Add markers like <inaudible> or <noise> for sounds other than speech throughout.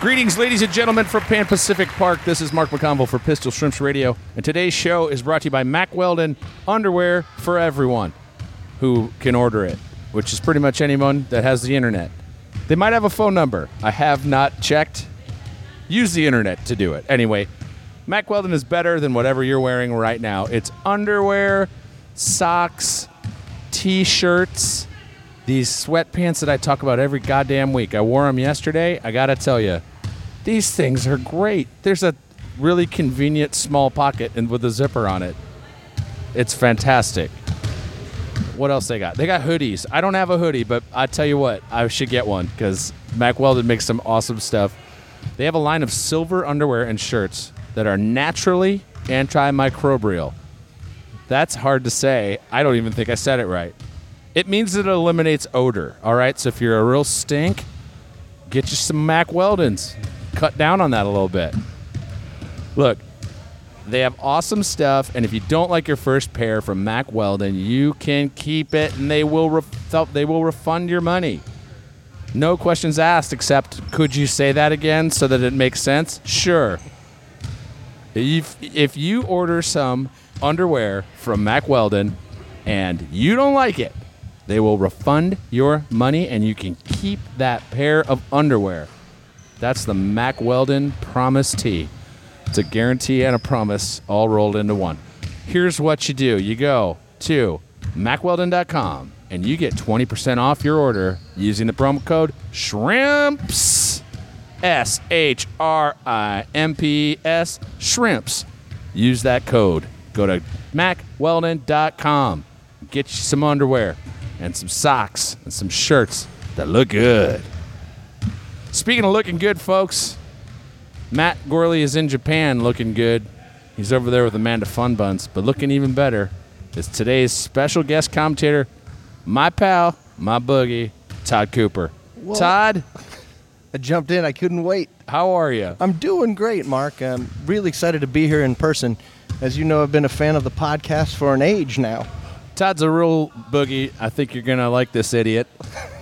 Greetings, ladies and gentlemen, from Pan Pacific Park. This is Mark McConville for Pistol Shrimps Radio, and today's show is brought to you by Mac Weldon Underwear for everyone who can order it, which is pretty much anyone that has the internet. They might have a phone number. I have not checked. Use the internet to do it. Anyway, Mac Weldon is better than whatever you're wearing right now. It's underwear, socks, t-shirts these sweatpants that I talk about every goddamn week. I wore them yesterday. I gotta tell you, these things are great. There's a really convenient small pocket and with a zipper on it. It's fantastic. What else they got? They got hoodies. I don't have a hoodie, but I tell you what, I should get one because Mac Weldon makes some awesome stuff. They have a line of silver underwear and shirts that are naturally antimicrobial. That's hard to say. I don't even think I said it right. It means that it eliminates odor. All right, so if you're a real stink, get you some Mac Weldons. Cut down on that a little bit. Look, they have awesome stuff, and if you don't like your first pair from Mac Weldon, you can keep it, and they will ref- they will refund your money. No questions asked, except could you say that again so that it makes sense? Sure. If, if you order some underwear from Mac Weldon and you don't like it, they will refund your money and you can keep that pair of underwear. That's the Mac Weldon Promise Tee. It's a guarantee and a promise all rolled into one. Here's what you do you go to macweldon.com and you get 20% off your order using the promo code SHRIMPS. S H R I M P S shrimps. Use that code. Go to macweldon.com. Get you some underwear and some socks and some shirts that look good. Speaking of looking good, folks, Matt Gorley is in Japan looking good. He's over there with Amanda Fun Buns, but looking even better is today's special guest commentator, my pal, my boogie, Todd Cooper. Todd, I jumped in. I couldn't wait. how are you? I'm doing great, Mark. I'm really excited to be here in person. As you know, I've been a fan of the podcast for an age now. Todd's a real boogie. I think you're gonna like this idiot.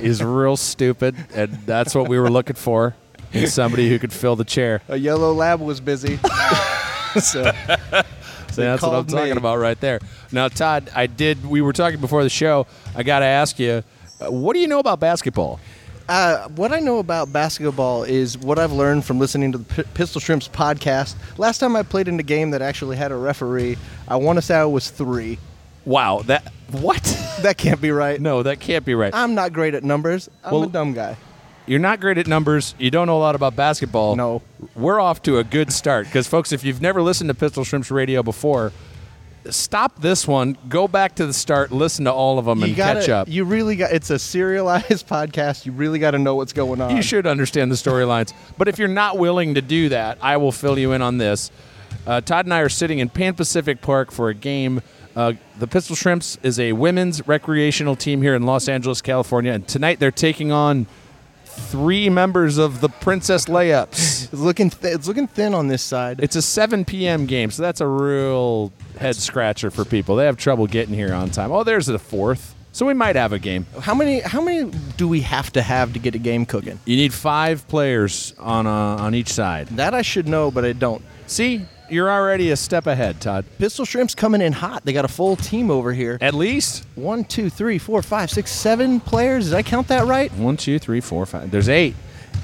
He's real stupid, and that's what we were looking for. in Somebody who could fill the chair. A yellow lab was <laughs> busy. <laughs> so So that's what I'm called me. talking about right there. Now, Todd, I did. We were talking before the show. I got to ask you, uh, what do you know about basketball? Uh, what I know about basketball is what I've learned from listening to the P- Pistol Shrimps podcast. Last time I played in a game that actually had a referee, I want to say I was three. Wow, that what? That can't be right. <laughs> no, that can't be right. I'm not great at numbers. I'm Well- a dumb guy. You're not great at numbers. You don't know a lot about basketball. No. We're off to a good start because, folks, if you've never listened to Pistol Shrimps Radio before, stop this one, go back to the start, listen to all of them, and gotta, catch up. You really got. It's a serialized <laughs> podcast. You really got to know what's going on. You should understand the storylines. But if you're not willing to do that, I will fill you in on this. Uh, Todd and I are sitting in Pan Pacific Park for a game. Uh, the Pistol Shrimps is a women's recreational team here in Los Angeles, California, and tonight they're taking on three members of the Princess <laughs> Layups. It's looking. Th- it's looking thin on this side. It's a 7 p.m. game, so that's a real head scratcher for people. They have trouble getting here on time. Oh, there's the fourth. So we might have a game. how many? How many do we have to have to get a game cooking? You need five players on uh, on each side. That I should know, but I don't. See, you're already a step ahead, Todd. Pistol Shrimp's coming in hot. They got a full team over here. At least One, two, three, four, five, six, seven players. Did I count that right? one, two, three, four, five. There's eight.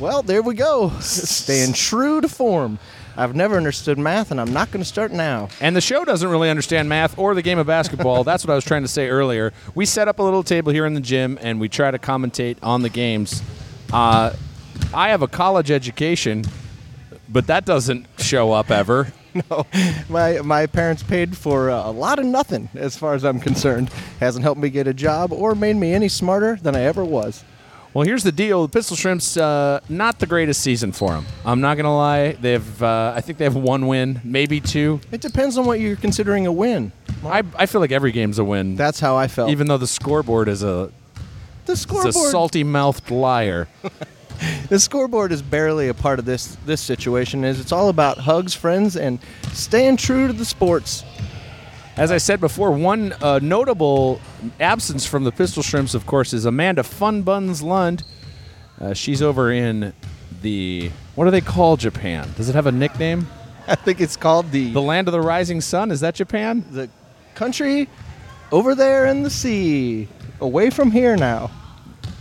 Well, there we go. <laughs> Staying true to form. I've never understood math, and I'm not going to start now. And the show doesn't really understand math or the game of basketball. That's what I was trying to say earlier. We set up a little table here in the gym and we try to commentate on the games. Uh, I have a college education, but that doesn't show up ever. no, <laughs> my my parents paid for uh, a lot of nothing, as far as I'm concerned. Hasn't helped me get a job or made me any smarter than I ever was. Well, here's the deal: the Pistol Shrimps, uh, not the greatest season for them. I'm not gonna lie; they've, uh, I think they have one win, maybe two. It depends on what you're considering a win. I, I feel like every game's a win, That's how I felt. even though the scoreboard is a the is a scoreboard, salty mouthed liar. the scoreboard is barely a part of this this situation. Is it's all about hugs, friends, and staying true to the sports. <laughs> As I said before, one uh, notable absence from the Pistol Shrimps, of course, is Amanda Funbuns Lund. Uh, she's over in the what do they call Japan? Does it have a nickname? I think it's called the The land of the rising sun. Is that Japan? the country over there in the sea, away from here now.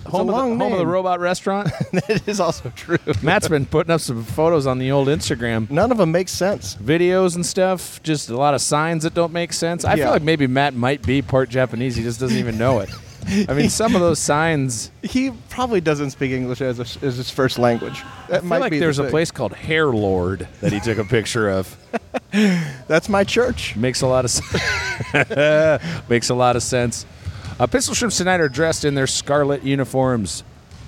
It's home a long of the, home of the name. robot restaurant. <laughs> That is also true. Matt's been putting up some photos on the old Instagram None of them make sense. videos and stuff. Just a lot of signs that don't make sense. I Yeah. feel like maybe Matt might be part Japanese. He just doesn't even know it. I mean, some of those signs. He probably doesn't speak English as, a, as his first language. That I might feel like be the there's a thing. place called Hair Lord that he took a picture <laughs> of. That's my church. Makes a lot of sense. <laughs> makes a lot of sense. Uh, Pistol Shrimps tonight are dressed in their scarlet uniforms,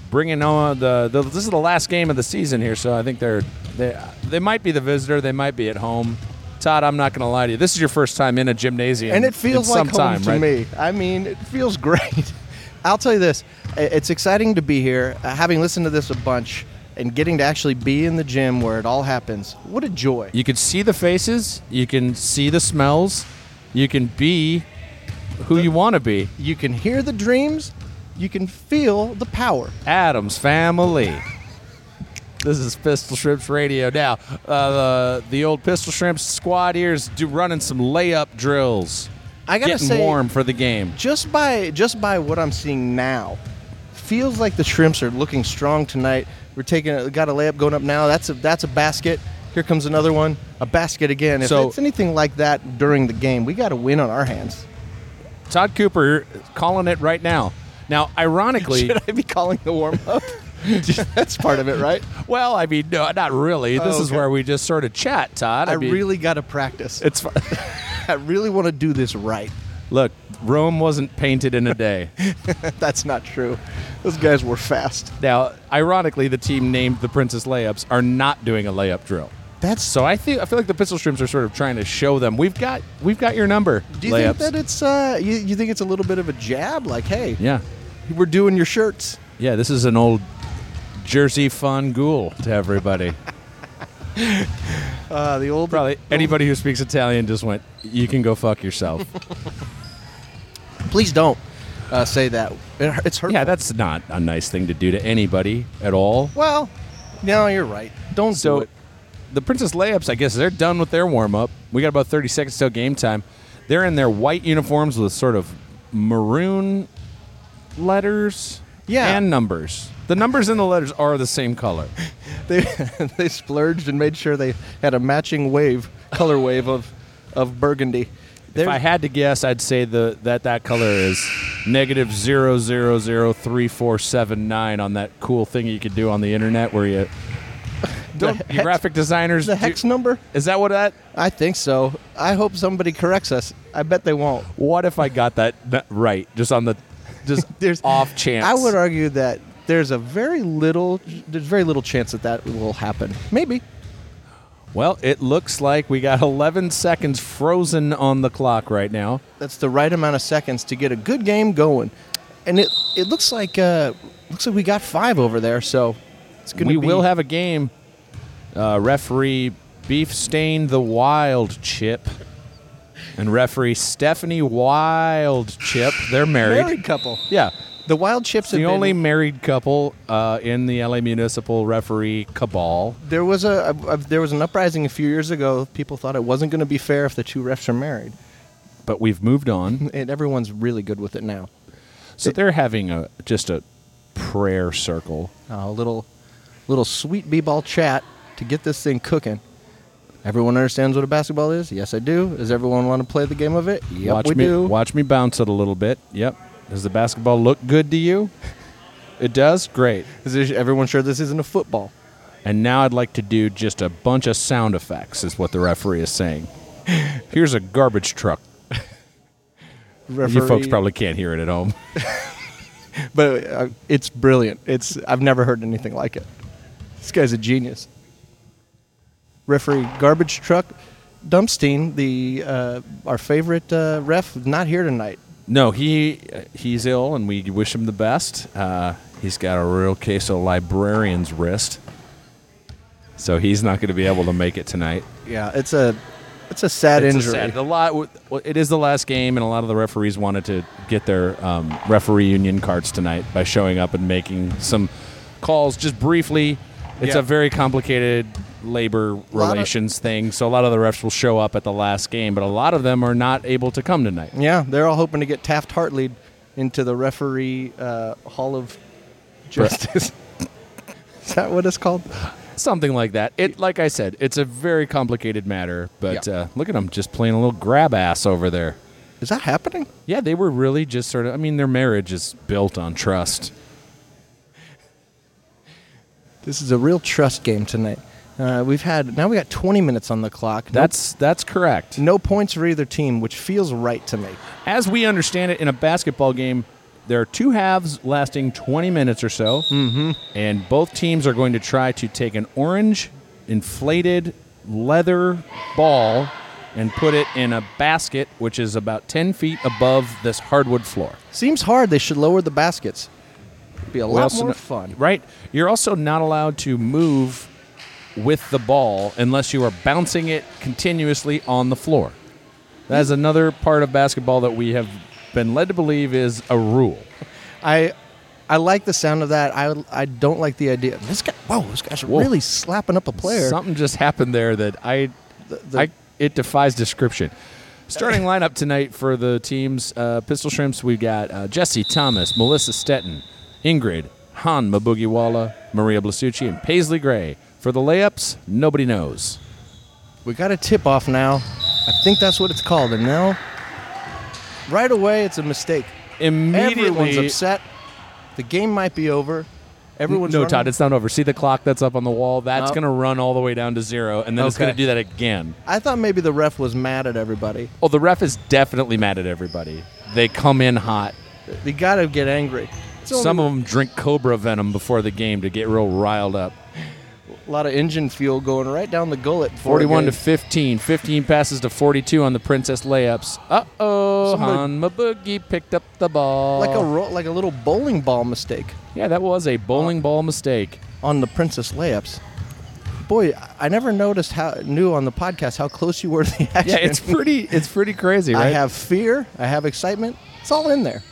bringing on the, the. This is the last game of the season here, so I think they're they they might be the visitor, they might be at home. Todd, I'm not going to lie to you. This is your first time in a gymnasium, And it feels in like some home time, to right? me. I mean, it feels <laughs> great. I'll tell you this: i- it's exciting to be here. Uh, having listened to this a bunch and getting to actually be in the gym where it all happens, what a joy! You can see the faces, you can see the smells, you can be who you want to be. You can hear the dreams, you can feel the power. Adams Family. This is Pistol Shrimps Radio. Now, uh, the old Pistol Shrimps squad ears do running some layup drills. I gotta getting say- warm for the game. just by just by what I'm seeing now, feels like the shrimps are looking strong tonight. We're taking a, got a layup going up now. That's a that's a basket. Here comes another one. A basket again. If So- it's anything like that during the game, we got a win on our hands. Todd Cooper calling it right now. Now, ironically, <laughs> Should I be calling the warm up? <laughs> <laughs> that's part of it, right? well, I mean, no, not really. This Oh, is okay. where we just sort of chat, Todd. I, mean, really got to practice. it's fu- I really want to do this right. <laughs> <laughs> look. Rome wasn't painted in a day. that's not true. Those guys were fast. now, ironically, the team named the Princess Layups are not doing a layup drill. That's So I think I feel like the pistol shrimps are sort of trying to show them we've got we've got your number. Do you layups." think that it's uh you, you think it's a little bit of a jab? Like, hey, Yeah, we're doing your shirts. yeah. This is an old Jersey fun ghoul to everybody. Uh, the old Probably <laughs> anybody who speaks Italian just went. You can go fuck <laughs> yourself. Please don't uh, say that. It, it's hurtful. yeah, that's not a nice thing to do to anybody at all. well, no, you're right. <laughs> Don't do So it. the Princess Layups, I guess they're done with their warm up. We got about 30 seconds till game time. They're in their white uniforms with sort of maroon letters Yeah. and numbers. The numbers and the letters are the same color. They <laughs> they splurged and made sure they had a matching wave, color wave of of burgundy. If I There's- had to guess, I'd say the that that color is negative zero zero zero three four seven nine on that cool thing you could do on the internet where <laughs> you don't you hex- graphic designers the do- hex number? is that what that? I think so. I hope somebody corrects us. I bet they won't. What if I got that n- right? Just on the just <laughs> There's- off chance. I would argue that there's a very little there's very little chance that that will happen. Maybe. Well, it looks like we got 11 seconds frozen on the clock right now. That's the right amount of seconds to get a good game going. And it it looks like uh looks like we got 5 over there, so it's going we to be will have a game. Uh, referee Beef Stain the Wild Chip and referee Stephanie Wild Chip. They're married. married couple. Yeah. The wild chips. The have only been- married couple uh, in the LA Municipal referee cabal. there was a, a, a there was an uprising a few years ago. People thought it wasn't going to be fair if the two refs are married, But we've moved <laughs> on. and everyone's really good with it now. So they're having a just a prayer circle. Uh, a little little sweet b-ball chat to get this thing cooking. Everyone understands what a basketball is. Yes, I do. Does everyone want to play the game of it? Yep, watch we me do. watch me bounce it a little bit. Yep. Does the basketball look good to you? It does? Great. Is this- everyone sure this isn't a football? And now I'd like to do just a bunch of sound effects, is what the referee is saying. <laughs> Here's a garbage truck. You folks Referee- probably can't hear it at home. but uh, it's brilliant. It's I've never heard anything like it. This guy's a genius. Referee garbage truck, Dumpstein, the uh, our favorite uh, ref, not here tonight. No, he uh, he's ill, and we wish him the best. Uh, he's got a real case of librarian's wrist, so he's not going to be able to make it tonight. Yeah, it's a it's a sad It's a injury. sad- the lot, well, it is the last game, and a lot of the referees wanted to get their um, referee union cards tonight by showing up and making some calls just briefly. It's Yeah. a very complicated labor lot of- relations thing, so a lot of the refs will show up at the last game, but a lot of them are not able to come tonight. Yeah, they're all hoping to get Taft Hartley into the referee uh, Hall of Justice. <laughs> Is that what it's called? something like that. It, like I said, it's a very complicated matter. But Yeah. uh, look at them just playing a little grab ass over there. Is that happening? Yeah, they were really just sort of. I mean, their marriage is built on trust. This is a real trust game tonight. Uh, we've had now we got 20 minutes on the clock. No That's that's correct. No points for either team, which feels right to me. As we understand it, in a basketball game, there are two halves lasting 20 minutes or so, mm-hmm. and both teams are going to try to take an orange, inflated leather ball and put it in a basket, which is about 10 feet above this hardwood floor. Seems hard. They should lower the baskets. Be a We lot also more no- fun. Right. You're also not allowed to move with the ball unless you are bouncing it continuously on the floor. That is another part of basketball that we have been led to believe is a rule. I, I like the sound of that. I, I don't like the idea. This guy. Whoa, this guy's Whoa. really slapping up a player. Something just happened there that I, the- I it defies description. <laughs> Starting lineup tonight for the teams uh, Pistol Shrimps, we've got uh, Jesse Thomas, Melissa Stetton, Ingrid, Han Mabugiwala, Maria Blasucci, and Paisley Gray. For the layups, nobody knows. We got a tip off now. I think that's what it's called. And now, right away, it's a mistake. Immediately, Everyone's upset. The game might be over. Everyone's no, running. Todd, it's not over. See the clock that's up on the wall? That's Oh. going to run all the way down to zero, and then it's Okay. going to do that again. I thought maybe the ref was mad at everybody. Oh, the ref is definitely mad at everybody. They come in hot. They got to get angry. It's only Some of them drink cobra venom before the game to get real riled up. a lot of engine fuel going right down the gullet. for a 41 to game. 15. 15 passes to 42 on the Princess layups. Uh oh. Somebody- Han Mabugi picked up the ball. like a ro- like a little bowling ball mistake yeah, that was a bowling ball mistake. on the princess layups. Boy, I- I never noticed how knew on the podcast how close you were to the <laughs> <laughs> action. Yeah, it's pretty. It's pretty crazy, <laughs> right? I have fear. I have excitement. It's all in there.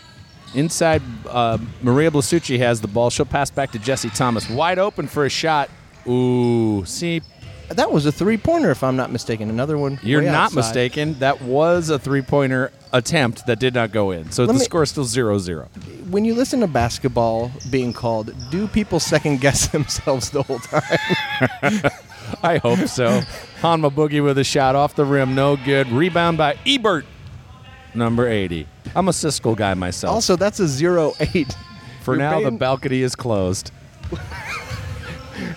Inside, uh, Maria Blasucci has the ball. She'll pass back to Jesse Thomas, wide open for a shot. Ooh, see, That was a three pointer, if I'm not mistaken. Another one. you're way not outside. mistaken. That was a three-pointer attempt that did not go in. So the me- score is still 0-0. When you listen to basketball being called, do people second guess <laughs> themselves the whole time? I hope so. Hanma Boogie with a shot off the rim, no good. Rebound by Ebert, number 80. I'm a Siskel guy myself. Also, that's a zero eight. for your now, the brain- balcony is closed.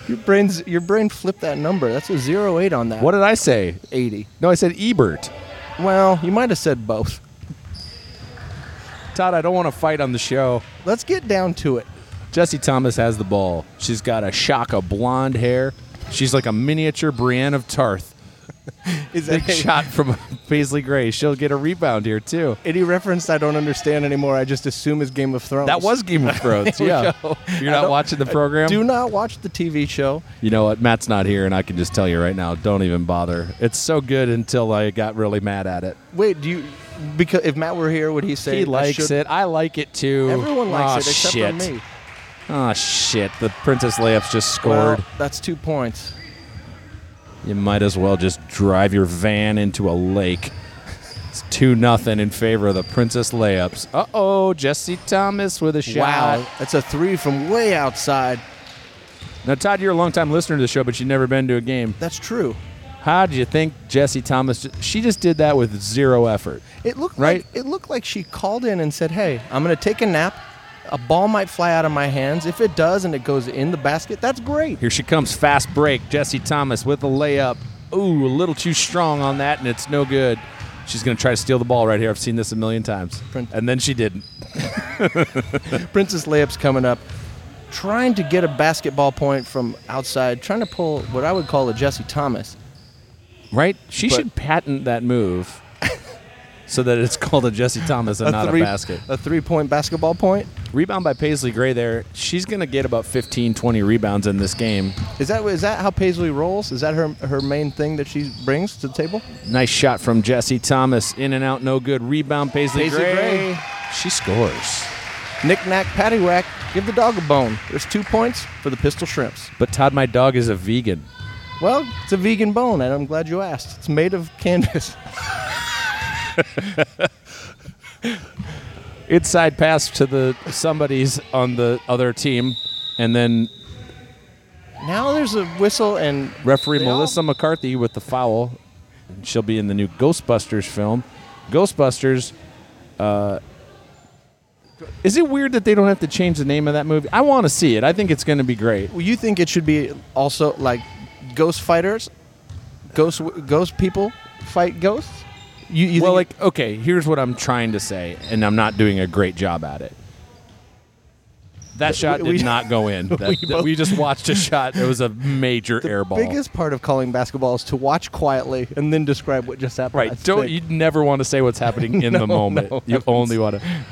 Your brain's your brain flipped that number. That's a zero eight on that. What did I say? eighty? No, I said Ebert. Well, you might have said both. Todd, I don't want to fight on the show. Let's get down to it. Jesse Thomas has the ball. She's got a shock of blonde hair. She's like a miniature Brienne of Tarth. Is Big shot from Paisley Gray. She'll get a rebound here too. any reference I don't understand anymore? I just assume is Game of Thrones. That was Game of <laughs> Thrones. yeah, you're not watching the program. Do not watch the TV show. you know what? Matt's not here, and I can just tell you right now. Don't even bother. It's so good until I got really mad at it. Wait, do you? Because if Matt were here, would he say He I likes should- it. I like it too. Everyone likes Aw, it except shit. for me. Oh shit! The Princess Layup's just scored. Well, that's two points. You might as well just drive your van into a lake. It's 2 nothing in favor of the Princess Layups. Uh oh, Jesse Thomas with a shot. Wow, that's a three from way outside. Now, Todd, you're a longtime listener to the show, but you've never been to a game. That's true. How do you think Jesse Thomas? She just did that with zero effort. It looked Right? Like, it looked like she called in and said, "Hey, I'm going to take a nap. A ball might fly out of my hands. If it does and it goes in the basket, that's great. Here she comes, fast break. Jesse Thomas with a layup. Ooh, a little too strong on that, and it's no good. She's going to try to steal the ball right here. I've seen this a million times. Print. And then she didn't. Princess layups coming up, trying to get a basketball point from outside, trying to pull what I would call a Jesse Thomas. Right? She But- should patent that <laughs> move so that it's called a Jesse Thomas and not three- a basket. A three point basketball point. Rebound by Paisley Gray there. She's going to get about 15, 20 rebounds in this game. Is that is that how Paisley rolls? Is that her her main thing that she brings to the table? Nice shot from Jesse Thomas. In and out, no good. Rebound, Paisley, Paisley Gray. Gray. She scores. Knick knack paddywhack, give the dog a bone. There's two points for the pistol shrimps. But Todd, my dog, is a vegan. Well, it's a vegan bone, and I'm glad you asked. It's made of canvas. <laughs> Inside pass to the somebody's on the other team, and then Now there's a whistle and referee They all- Melissa McCarthy with the foul. And She'll be in the new Ghostbusters film. Ghostbusters. Uh, is it weird that they don't have to change the name of that movie? I want to see it. I think it's going to be great. Well, you think it should be also like ghost fighters, ghost ghost people fight ghosts. You, you well, think- like, okay, here's what I'm trying to say, and I'm not doing a great job at it. That shot did <laughs> we- not go in. That- that- we, both- just watched a shot. It was a major the air ball. biggest part of calling basketball is to watch quietly and then describe what just happened. Right. I Don't think. you never want to say what's <laughs> happening in the moment. no, you heavens. only want to.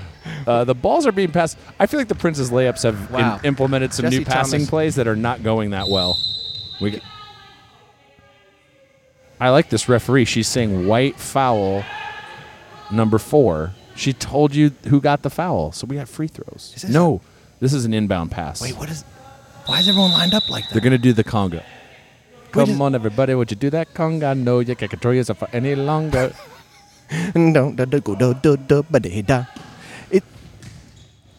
Uh, the balls are being passed. I feel like the Prince's layups have im- Wow. implemented some new Jesse passing Thomas. plays that are not going that well. We. g- I like this referee. She's saying white foul, number four. She told you who got the foul, so we got free throws. this- no, this is an inbound pass. Wait, what is? Why is everyone lined up like They're that? gonna do the conga. Wait, Come is- on, everybody, would you do that conga? No, you can't control yourself for any longer. Don't da da go da da da ba da da. It.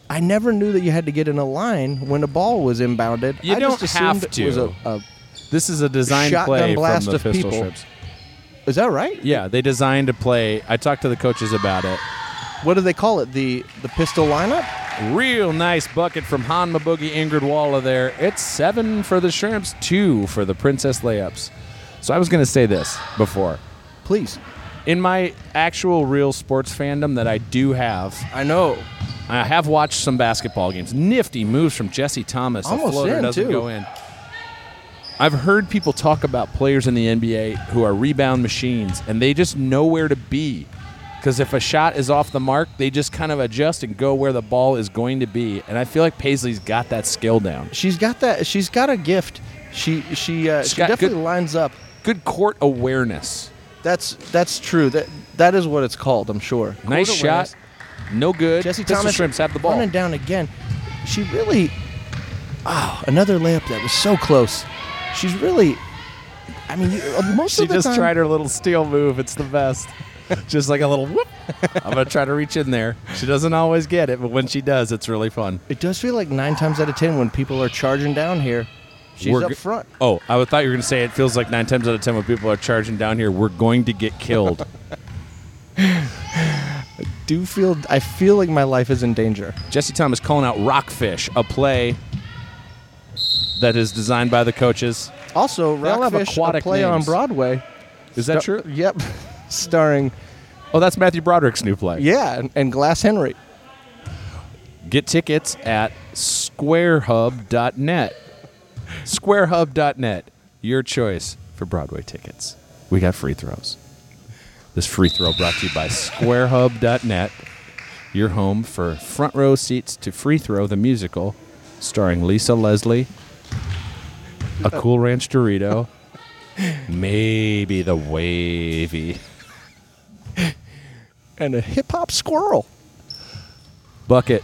I never knew that you had to get in a line when a ball was inbounded. You I don't just have assumed It was to. a, a, This is a design Shotgun play blast from the of Pistol people. Strips. is that right? Yeah, they designed a play. I talked to the coaches about it. What do they call it? The the pistol lineup. Real nice bucket from Han Mabogie Ingrid Walla there. It's seven for the Shrimps, two for the Princess Layups. So I was going to say this before. Please. In my actual real sports fandom that I do have, I know. I have watched some basketball games. Nifty moves from Jesse Thomas. Almost a floater in, doesn't too. go in. I've heard people talk about players in the NBA who are rebound machines, and they just know where to be. Because if a shot is off the mark, they just kind of adjust and go where the ball is going to be. And I feel like Paisley's got that skill down. She's got that. She's got a gift. She she uh, She's she got definitely good- lines up. Good court awareness. That's that's true. That that is what it's called. I'm sure. nice Court shot. awareness. No good. Jesse Pistol Thomas Shrimps have the ball. running down again. She really. Oh, another layup that was so close. She's really. I mean, you, uh, most She of the just time. tried her little steel move. It's the best. <laughs> just like a little whoop. I'm gonna try to reach in there. She doesn't always get it, but when she does, it's really fun. It does feel like nine times out of ten when people are charging down here, she's We're up go- front. Oh, I would- thought you were gonna say it feels like nine times out of ten when people are charging down here, we're going to get <laughs> killed. Do feel I feel like my life is in danger. Jesse Thomas calling out Rockfish, a play that is designed by the coaches. Also, all have Rockfish a aquatic play on names. Broadway. Is that Star- true? Yep, <laughs> starring Oh, that's Matthew Broderick's new play. yeah and, and Glass Henry. Get tickets at squarehub.net. Squarehub.net. Your choice for Broadway tickets. We got free throws. This free throw brought to you by squarehub.net, your home for front row seats to Free Throw the musical, starring Lisa Leslie, a Cool Ranch Dorito, maybe the wavy. and a hip hop squirrel. bucket.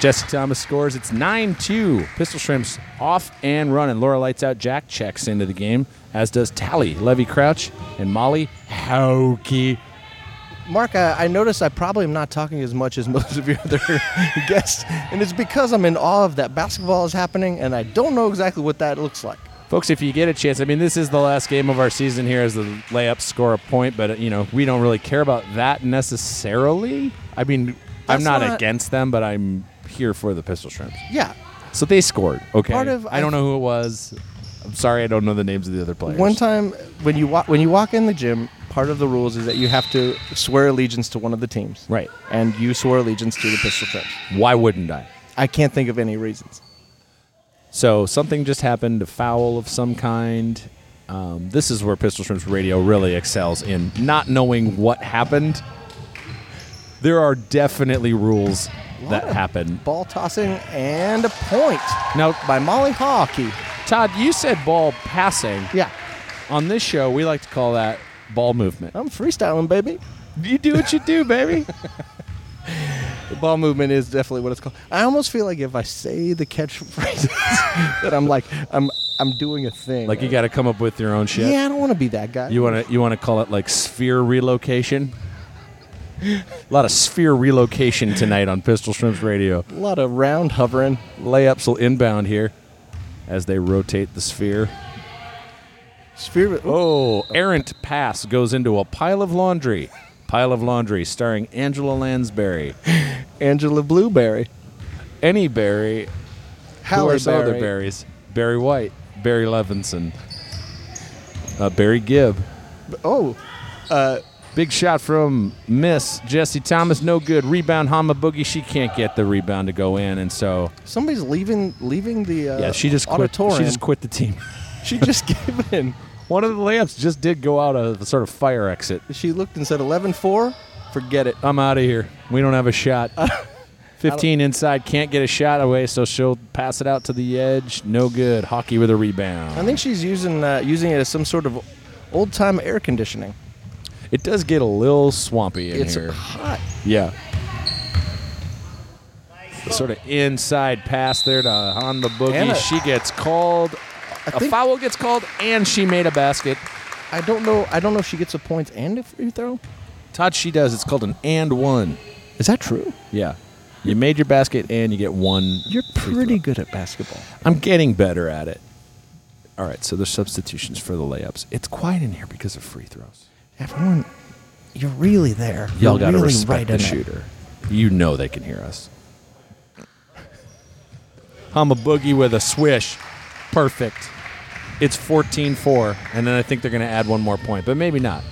Jesse Thomas scores. It's 9 2. Pistol Shrimps off and running. Laura lights out. Jack checks into the game, as does Tally, Levy Crouch, and Molly Hauke. Mark, I, I notice I probably am not talking as much as most of your other <laughs> guests, and it's because I'm in awe of that basketball is happening, and I don't know exactly what that looks like. Folks, if you get a chance, I mean, this is the last game of our season here as the layups score a point, but, you know, we don't really care about that necessarily. I mean, I'm That's not, not- against them, but I'm here for the Pistol Shrimps. Yeah. So they scored. Okay. Part of- I don't know who it was. I'm sorry, I don't know the names of the other players. One time when you walk when you walk in the gym, part of the rules is that you have to swear allegiance to one of the teams. Right. And you swore allegiance to the Pistol Shrimps. Why wouldn't I? I can't think of any reasons. So something just happened, a foul of some kind. Um, this is where Pistol Shrimps Radio really excels in not knowing what happened. There are definitely rules that Lot of happen. Ball tossing and a point Now, by Molly Hockey. Todd, you said ball passing. Yeah. On this show, we like to call that ball movement. I'm freestyling, baby. You do what you do, <laughs> baby. The ball movement is definitely what it's called. I almost feel like if I say the catchphrases, <laughs> that I'm like I'm I'm doing a thing. like you got to come up with your own shit. Yeah, I don't want to be that guy. You want to you want to call it like sphere relocation? a lot of sphere relocation tonight on Pistol Shrimps Radio. a lot of round hovering. Layups will inbound here as they rotate the sphere. Sphere. Oh, Oh, errant pass goes into a pile of laundry. Pile of laundry starring Angela Lansbury. Angela Blueberry. Any Barry, who are Halle some other Berry. berries? Barry White, Barry Levinson, uh, Barry Gibb. Oh, Big shot from Miss Jesse Thomas, no good. Rebound, Hama Boogie. She can't get the rebound to go in, and so somebody's leaving leaving the uh, yeah, she just quit. auditorium. She just quit the team. <laughs> She just <laughs> gave in. One of the layups just did go out of a sort of fire exit. She looked and said 11-4. Forget it. I'm out of here. We don't have a <laughs> shot. 15 inside, can't get a shot away, so she'll pass it out to the edge. No good. Hockey with a I rebound. think she's using uh, using it as some sort of old time air conditioning. It does get a little swampy in it's here. <sighs> hot. Yeah. Sort of inside pass there to Hanma Boogie. Anna- she gets called. A think- foul gets called, and she made a basket. I don't know. I don't know if she gets a point and a free throw. Todd, she does. It's called an and one. Is that true? Yeah. You made your basket, and you get one. You're free pretty throw. good at basketball. I'm getting better at it. All right, so there's substitutions for the layups. It's quiet in here because of free throws. Everyone, you're really there. Y'all You're got to really respect right the in it. shooter. You know they can hear us. I'm a boogie with a swish. Perfect. It's 14-4, and then I think they're going to add one more point, but maybe not.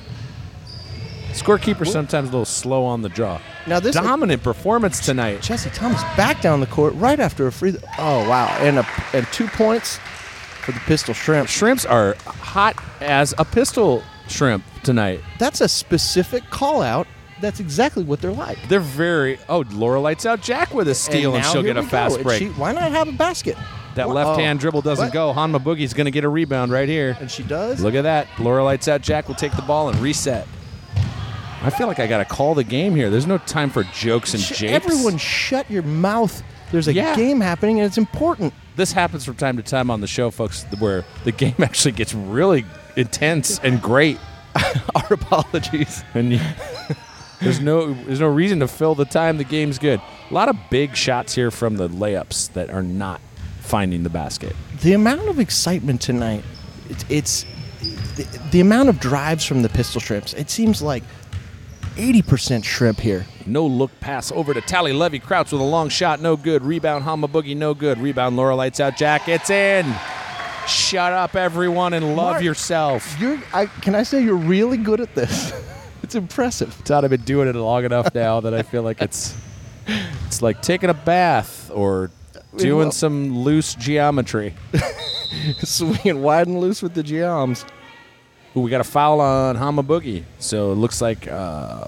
Scorekeeper sometimes a little slow on the draw. Now this- dominant performance tonight. Jesse Thomas back down the court right after a free. Th- oh wow! And a and two points for the pistol shrimp. Shrimps are hot as a pistol shrimp tonight. That's a specific call out. That's exactly what they're like. They're very. Oh, Laura lights out Jack with a steal, and, now she'll here get a we go. fast And break. she- why not have a basket? that Wha- left hand oh. dribble doesn't What? go. Hanma Boogie's going to get a rebound right here. And she does. Look at that. Laura lights out Jack will take the ball and reset. I feel like I got to call the game here. There's no time for jokes and Sh- japes. everyone, shut your mouth. There's a Yeah. game happening, and <laughs> it's important. this happens from time to time on the show, folks, where the game <laughs> actually gets really intense and great. Our apologies. and <laughs> you- there's no there's no reason to fill the time. The game's good. A lot of big shots here from the layups that are not finding the basket. The amount of excitement tonight, it's, it's the, the amount of drives from the pistol shrimps. It seems like 80% shrimp here. No look pass over to Tally Levy Crouch with a long shot, no good. Rebound Hama Boogie, no good. Rebound Laura lights out Jack. It's in. Shut up, everyone, and love Mark- yourself. You're, I, can I say you're really good at this? <laughs> it's impressive. Todd, I've been doing it long enough now that I feel like it's it's like taking a bath or doing well- some loose geometry. Swinging wide and loose with the geoms. Ooh, we got a foul on Hama Boogie. So it looks like. Uh,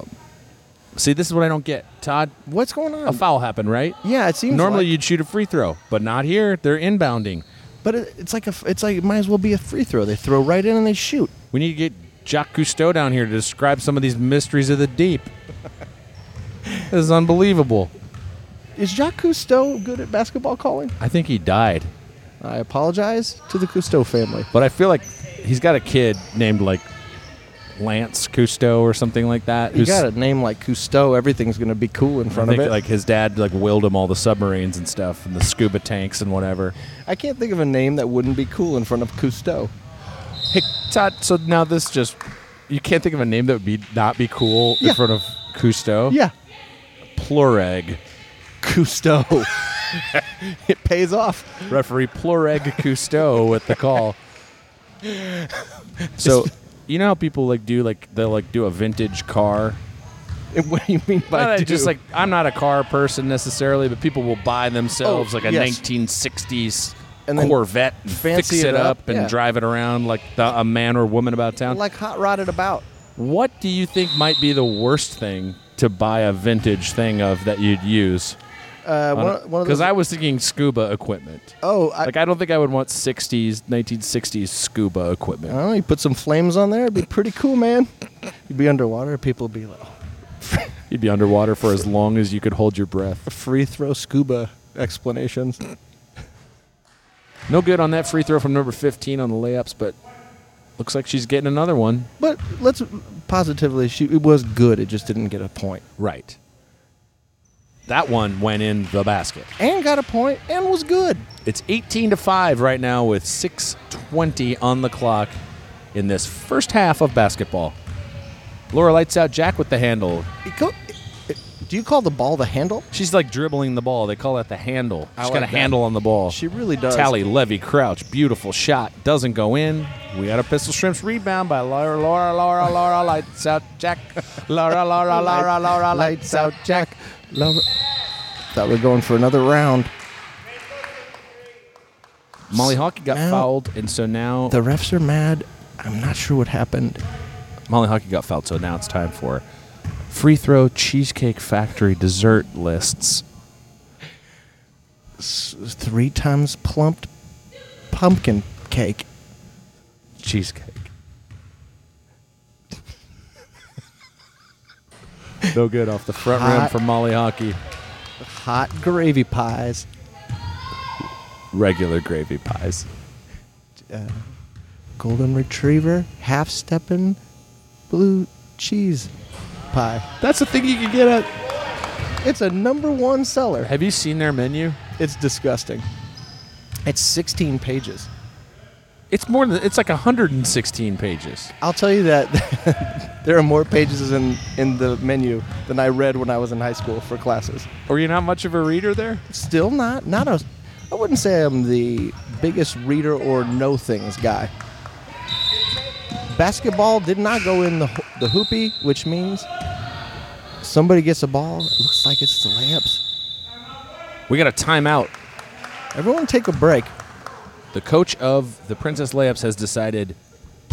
see, this is what I don't get. Todd, What's going on? a foul happened, right? Yeah, it Um, seems Normally like- you'd shoot a free throw, but not here. They're inbounding. But it, it's like a, f- it's like it might as well be a free throw. They throw right in and they shoot. We need to get Jacques Cousteau down here to describe some of these mysteries of the deep. this is unbelievable. Is Jacques Cousteau good at basketball calling? I think he died, I apologize to the Cousteau family. but I feel like he's got a kid named like Lance Cousteau or something like that. You got a name like Cousteau, everything's going to be cool in I front of think it. like his dad like willed him all the submarines and stuff and the scuba tanks and whatever. I can't think of a name that wouldn't be cool in front of Cousteau. Hey, Todd. So now this just you can't think of a name that would be not be cool Yeah. in front of Cousteau. Yeah. Plureg. Cousteau. <laughs> it pays off. Referee Plureg Cousteau with the call. So, you know how people like do like they'll like do a vintage car. And what do you mean by Not that do? just like I'm not a car person necessarily, but people will buy themselves Oh, like a yes. 1960s And then Corvette, and fancy fix it it up, up, and yeah. drive it around like the, a man or woman about town. like hot rodded about? What do you think might be the worst thing to buy a vintage thing of that you'd use? Uh, one, one of Because those. I was thinking scuba equipment. oh, I, like I don't think I would want '60s, 1960s scuba equipment. I don't know. You put some flames on there. It'd be pretty cool, man. You'd be underwater. People would be like, oh, You'd be underwater for as long as you could hold your breath. free throw scuba explanations. No good on that free throw from number 15 on the layups, but looks like she's getting another one. But let's positively shoot. It was good. It just didn't get a point. Right. That one went in the basket. And got a point and was good. It's 18 to 5 right now with 6:20 on the clock in this first half of basketball. Laura lights out Jack with the handle. It co- it- it- do you call the ball the handle? She's like dribbling the ball. They call that the handle. She's I got a like that. handle on the ball. She really does. Tally Levy Crouch, beautiful shot, doesn't go in. We got a pistol shrimps rebound by Laura, Laura, Laura, Laura, lights out Jack. Laura, Laura, Laura, Laura, lights out Jack. Love it. Thought we were going for another round. Molly Hockey got Now- fouled, and so now The refs are mad. I'm not sure what happened. Molly Hockey got fouled, so now it's time for free throw cheesecake factory dessert lists. Three times plumped pumpkin cake. Cheesecake. no good off the front rim Hot. for Molly Hockey. Hot gravy pies. Regular gravy pies. Uh, golden retriever. Half steppin' blue cheese pie. That's the thing you can get at. It's a number one seller. Have you seen their menu? It's disgusting. It's 16 pages. It's more than it's like 116 pages. I'll tell you that <laughs> there are more pages in, in the menu than I read when I was in high school for classes. Were you not much of a reader there? Still not not a I wouldn't say I'm the biggest reader or know things guy. Basketball did not go in the ho- the hoopy, which means somebody gets a ball. It looks like it's the layups. We got a timeout. Everyone take a break. The coach of the Princess Layups has decided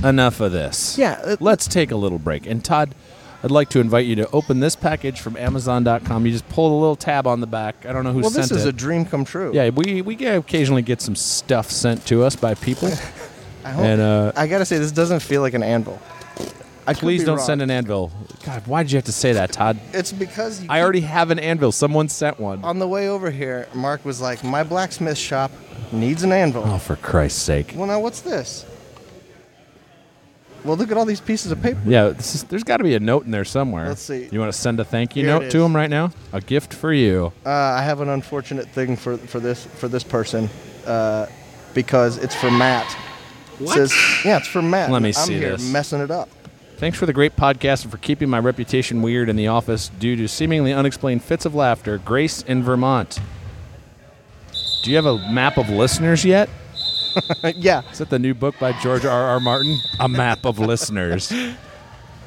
enough of this. Yeah, uh, Let's take a little break. And Todd, I'd like to invite you to open this package from Amazon.com. You just pull the little tab on the back. I don't know who Well, sent this is a it. dream come true. yeah, we, we get- occasionally get some stuff sent to us by people. I hope- and uh, I gotta say this doesn't feel like an anvil. <laughs> I could please be don't wrong. send an anvil. God, why did you have to say that, Todd? It's because you I keep- already have an anvil. Someone sent one. on the way over here. Mark was like, "My blacksmith shop needs an anvil." Oh, for Christ's sake. Well, now what's this? Well, look at all these pieces of paper. Yeah, this is, there's got to be a note in there somewhere. Let's see. You want to send a thank you Here it note to is. him right now? A gift for you. Uh, I have an unfortunate thing for for this for this person, uh, because it's for Matt. What? Says, yeah, it's for Matt. Let me I'm see here this. messing it up. Thanks for the great podcast and for keeping my reputation weird in the office due to seemingly unexplained fits of laughter. Grace in Vermont. Do you have a map of listeners yet? Uh, yeah, Is that the new book by George R. R. Martin? A map of listeners.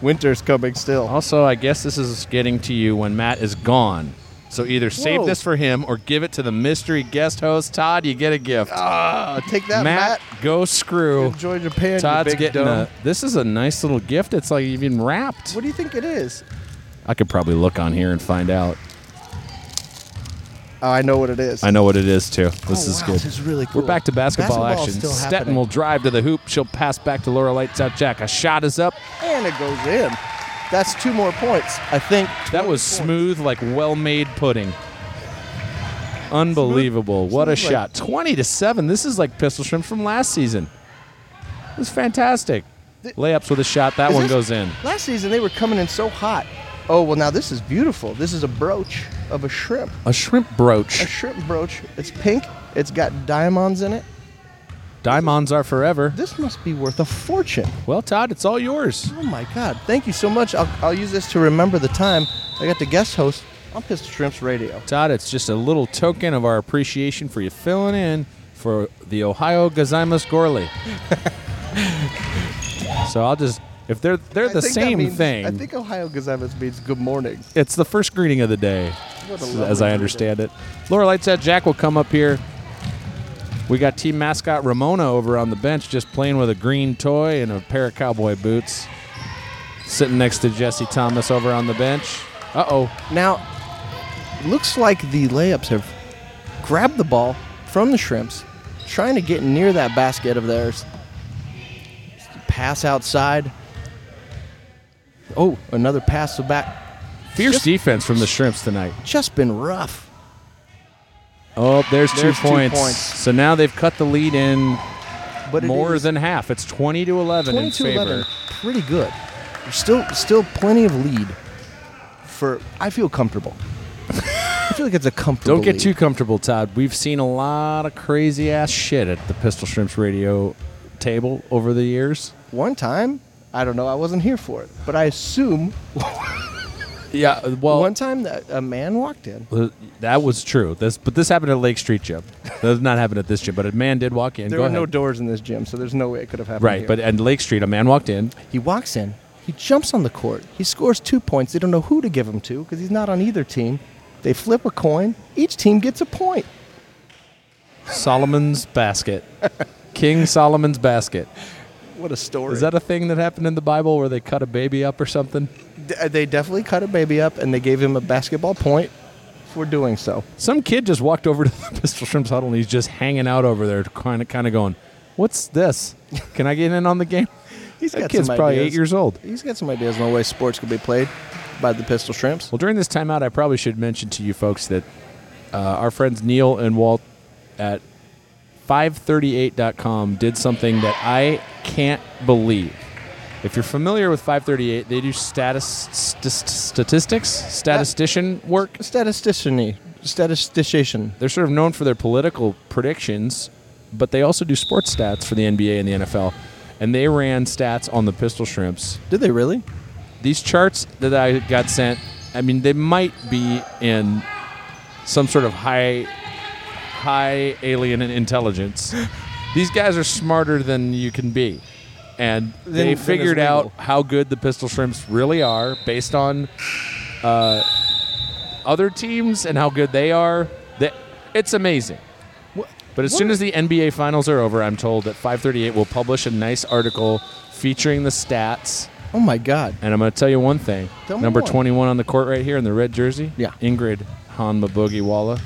winter's coming still. Also, I guess this is getting to you when Matt is gone. So either save Whoa. this for him or give it to the mystery guest host. Todd, you get a gift. Ah, take that, Uh, Matt, Matt. go screw. Enjoy Japan. you Todd's big getting dome. a. This is a nice little gift. It's like even wrapped. What do you think it is? I could probably look on here and find out. Oh, I know what it is. I know what it is too. This Oh, is wow, good. This is really cool. We're back to basketball Basketball's action. Still Stetton happening. will drive to the hoop. She'll pass back to Laura Lights Out Jack. A shot is up. and it goes in. That's two more points, I think. That was smooth, like well-made pudding. Unbelievable! what a smooth like- shot. Twenty to seven. This is like pistol shrimp from last season. It was fantastic. Th- Layups with a shot. That Is one this- goes in. Last season they were coming in so hot. Oh well, now this is beautiful. This is a brooch of a shrimp. A shrimp brooch. A shrimp brooch. It's pink. It's got diamonds in it. Diamonds are forever. This must be worth a fortune. Well, Todd, it's all yours. Oh my God! Thank you so much. I'll, I'll use this to remember the time I got the guest host on Pistol Shrimps Radio. Todd, it's just a little token of our appreciation for you filling in for the Ohio Gazimus Gorley. <laughs> so I'll just if they're they're I the think that same means- thing. I think Ohio Gazimus means good morning. it's the first greeting of the day, What a s- lovely as I greeting. understand it. Laura Lights Out Jack will come up here. We got team mascot Ramona over on the bench just playing with a green toy and a pair of cowboy boots. Sitting next to Jesse Thomas over on the bench. Uh oh. Now, looks like the layups have grabbed the ball from the shrimps, trying to get near that basket of theirs. Pass outside. Oh, another pass to back. Fierce Just- defense from the Shrimps tonight. Just been rough. Oh, there's, There's two two, points. points. So now they've cut the lead in But it more is than half. It's 20 to 11 in 22 favor. 11. Pretty good. There's still, still plenty of lead for. I feel comfortable. I feel like it's a comfortable. Don't get lead. too comfortable, Todd. We've seen a lot of crazy ass shit at the Pistol Shrimps radio table over the years. One time, I don't know, I wasn't here for it, but I assume Yeah, well, one time that a man walked in. that was true. This, but this happened at Lake Street Gym. That not happened at this gym, but a man did walk in. There Go were ahead. no doors in this gym, so there's no way it could have happened. right, here. but at Lake Street, a man walked in. he walks in, he jumps on the court, he scores two points. They don't know who to give him to because he's not on either team. They flip a coin. Each team gets a point. Solomon's <laughs> basket, King Solomon's basket. What a story! Is that a thing that happened in the Bible where they cut a baby up or something? D- uh, they definitely cut a baby up and they gave him a basketball point for doing so. Some kid just walked over to <laughs> the Pistol Shrimps huddle and he's just hanging out over there, kind of, kind of going, "What's this? Can I get in on the game?" He's that kid's probably eight years old. He's got some ideas on the way sports could be played by the Pistol Shrimps. Well, during this timeout, I probably should mention to you folks that uh, our friends Neil and Walt at 538.com did something that I can't believe. If you're familiar with 538, they do status st- st- statistics, statistician work. Statistician, statistician. They're sort of known for their political predictions, but they also do sports stats for the NBA and the NFL. And they ran stats on the Pistol Shrimps Did they really? these charts that I got sent, I mean, they might be in some sort of high, high alien intelligence. These guys are smarter than you can be, and Then- they then figured it's out legal. how good the pistol shrimps really are based on uh, other teams and how good they are. That it's amazing. But as soon as the NBA finals are over, I'm told that 538 will publish a nice article featuring the stats Oh my God! and I'm going to tell you one thing. Tell me Number more. 21 on the court right here in the red jersey. Yeah. Ingrid Hanma Boogie Walla.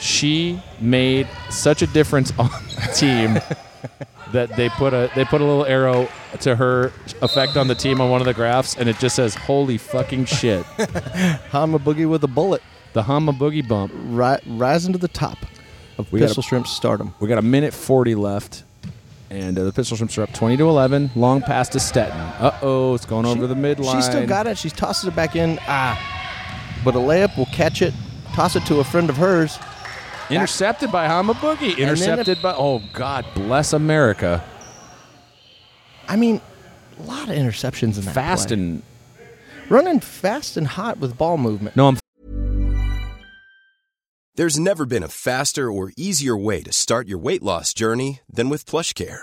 She made such a difference <laughs> on the <laughs> team that they put a they put a little arrow to her effect on the team on one of the graphs, and it just says "Holy fucking <laughs> shit!" I'm a boogie with a bullet. the Hanma Boogie bump. ri- rising to the top of We Pistol gotta- Shrimp's stardom. We got a minute 40 left, and uh, the Pistol Shrimps are up 20 to 11. Long pass to Stetton. Uh oh, it's going over the midline. She still got it. She's tosses it back in. Ah, but a layup will catch it, toss it to a friend of hers. Intercepted by Hama Boogie. Intercepted by oh God bless America. I mean, a lot of interceptions in that Fast play. and running fast and hot with ball movement. no, I'm There's never been a faster or easier way to start your weight loss journey than with PlushCare.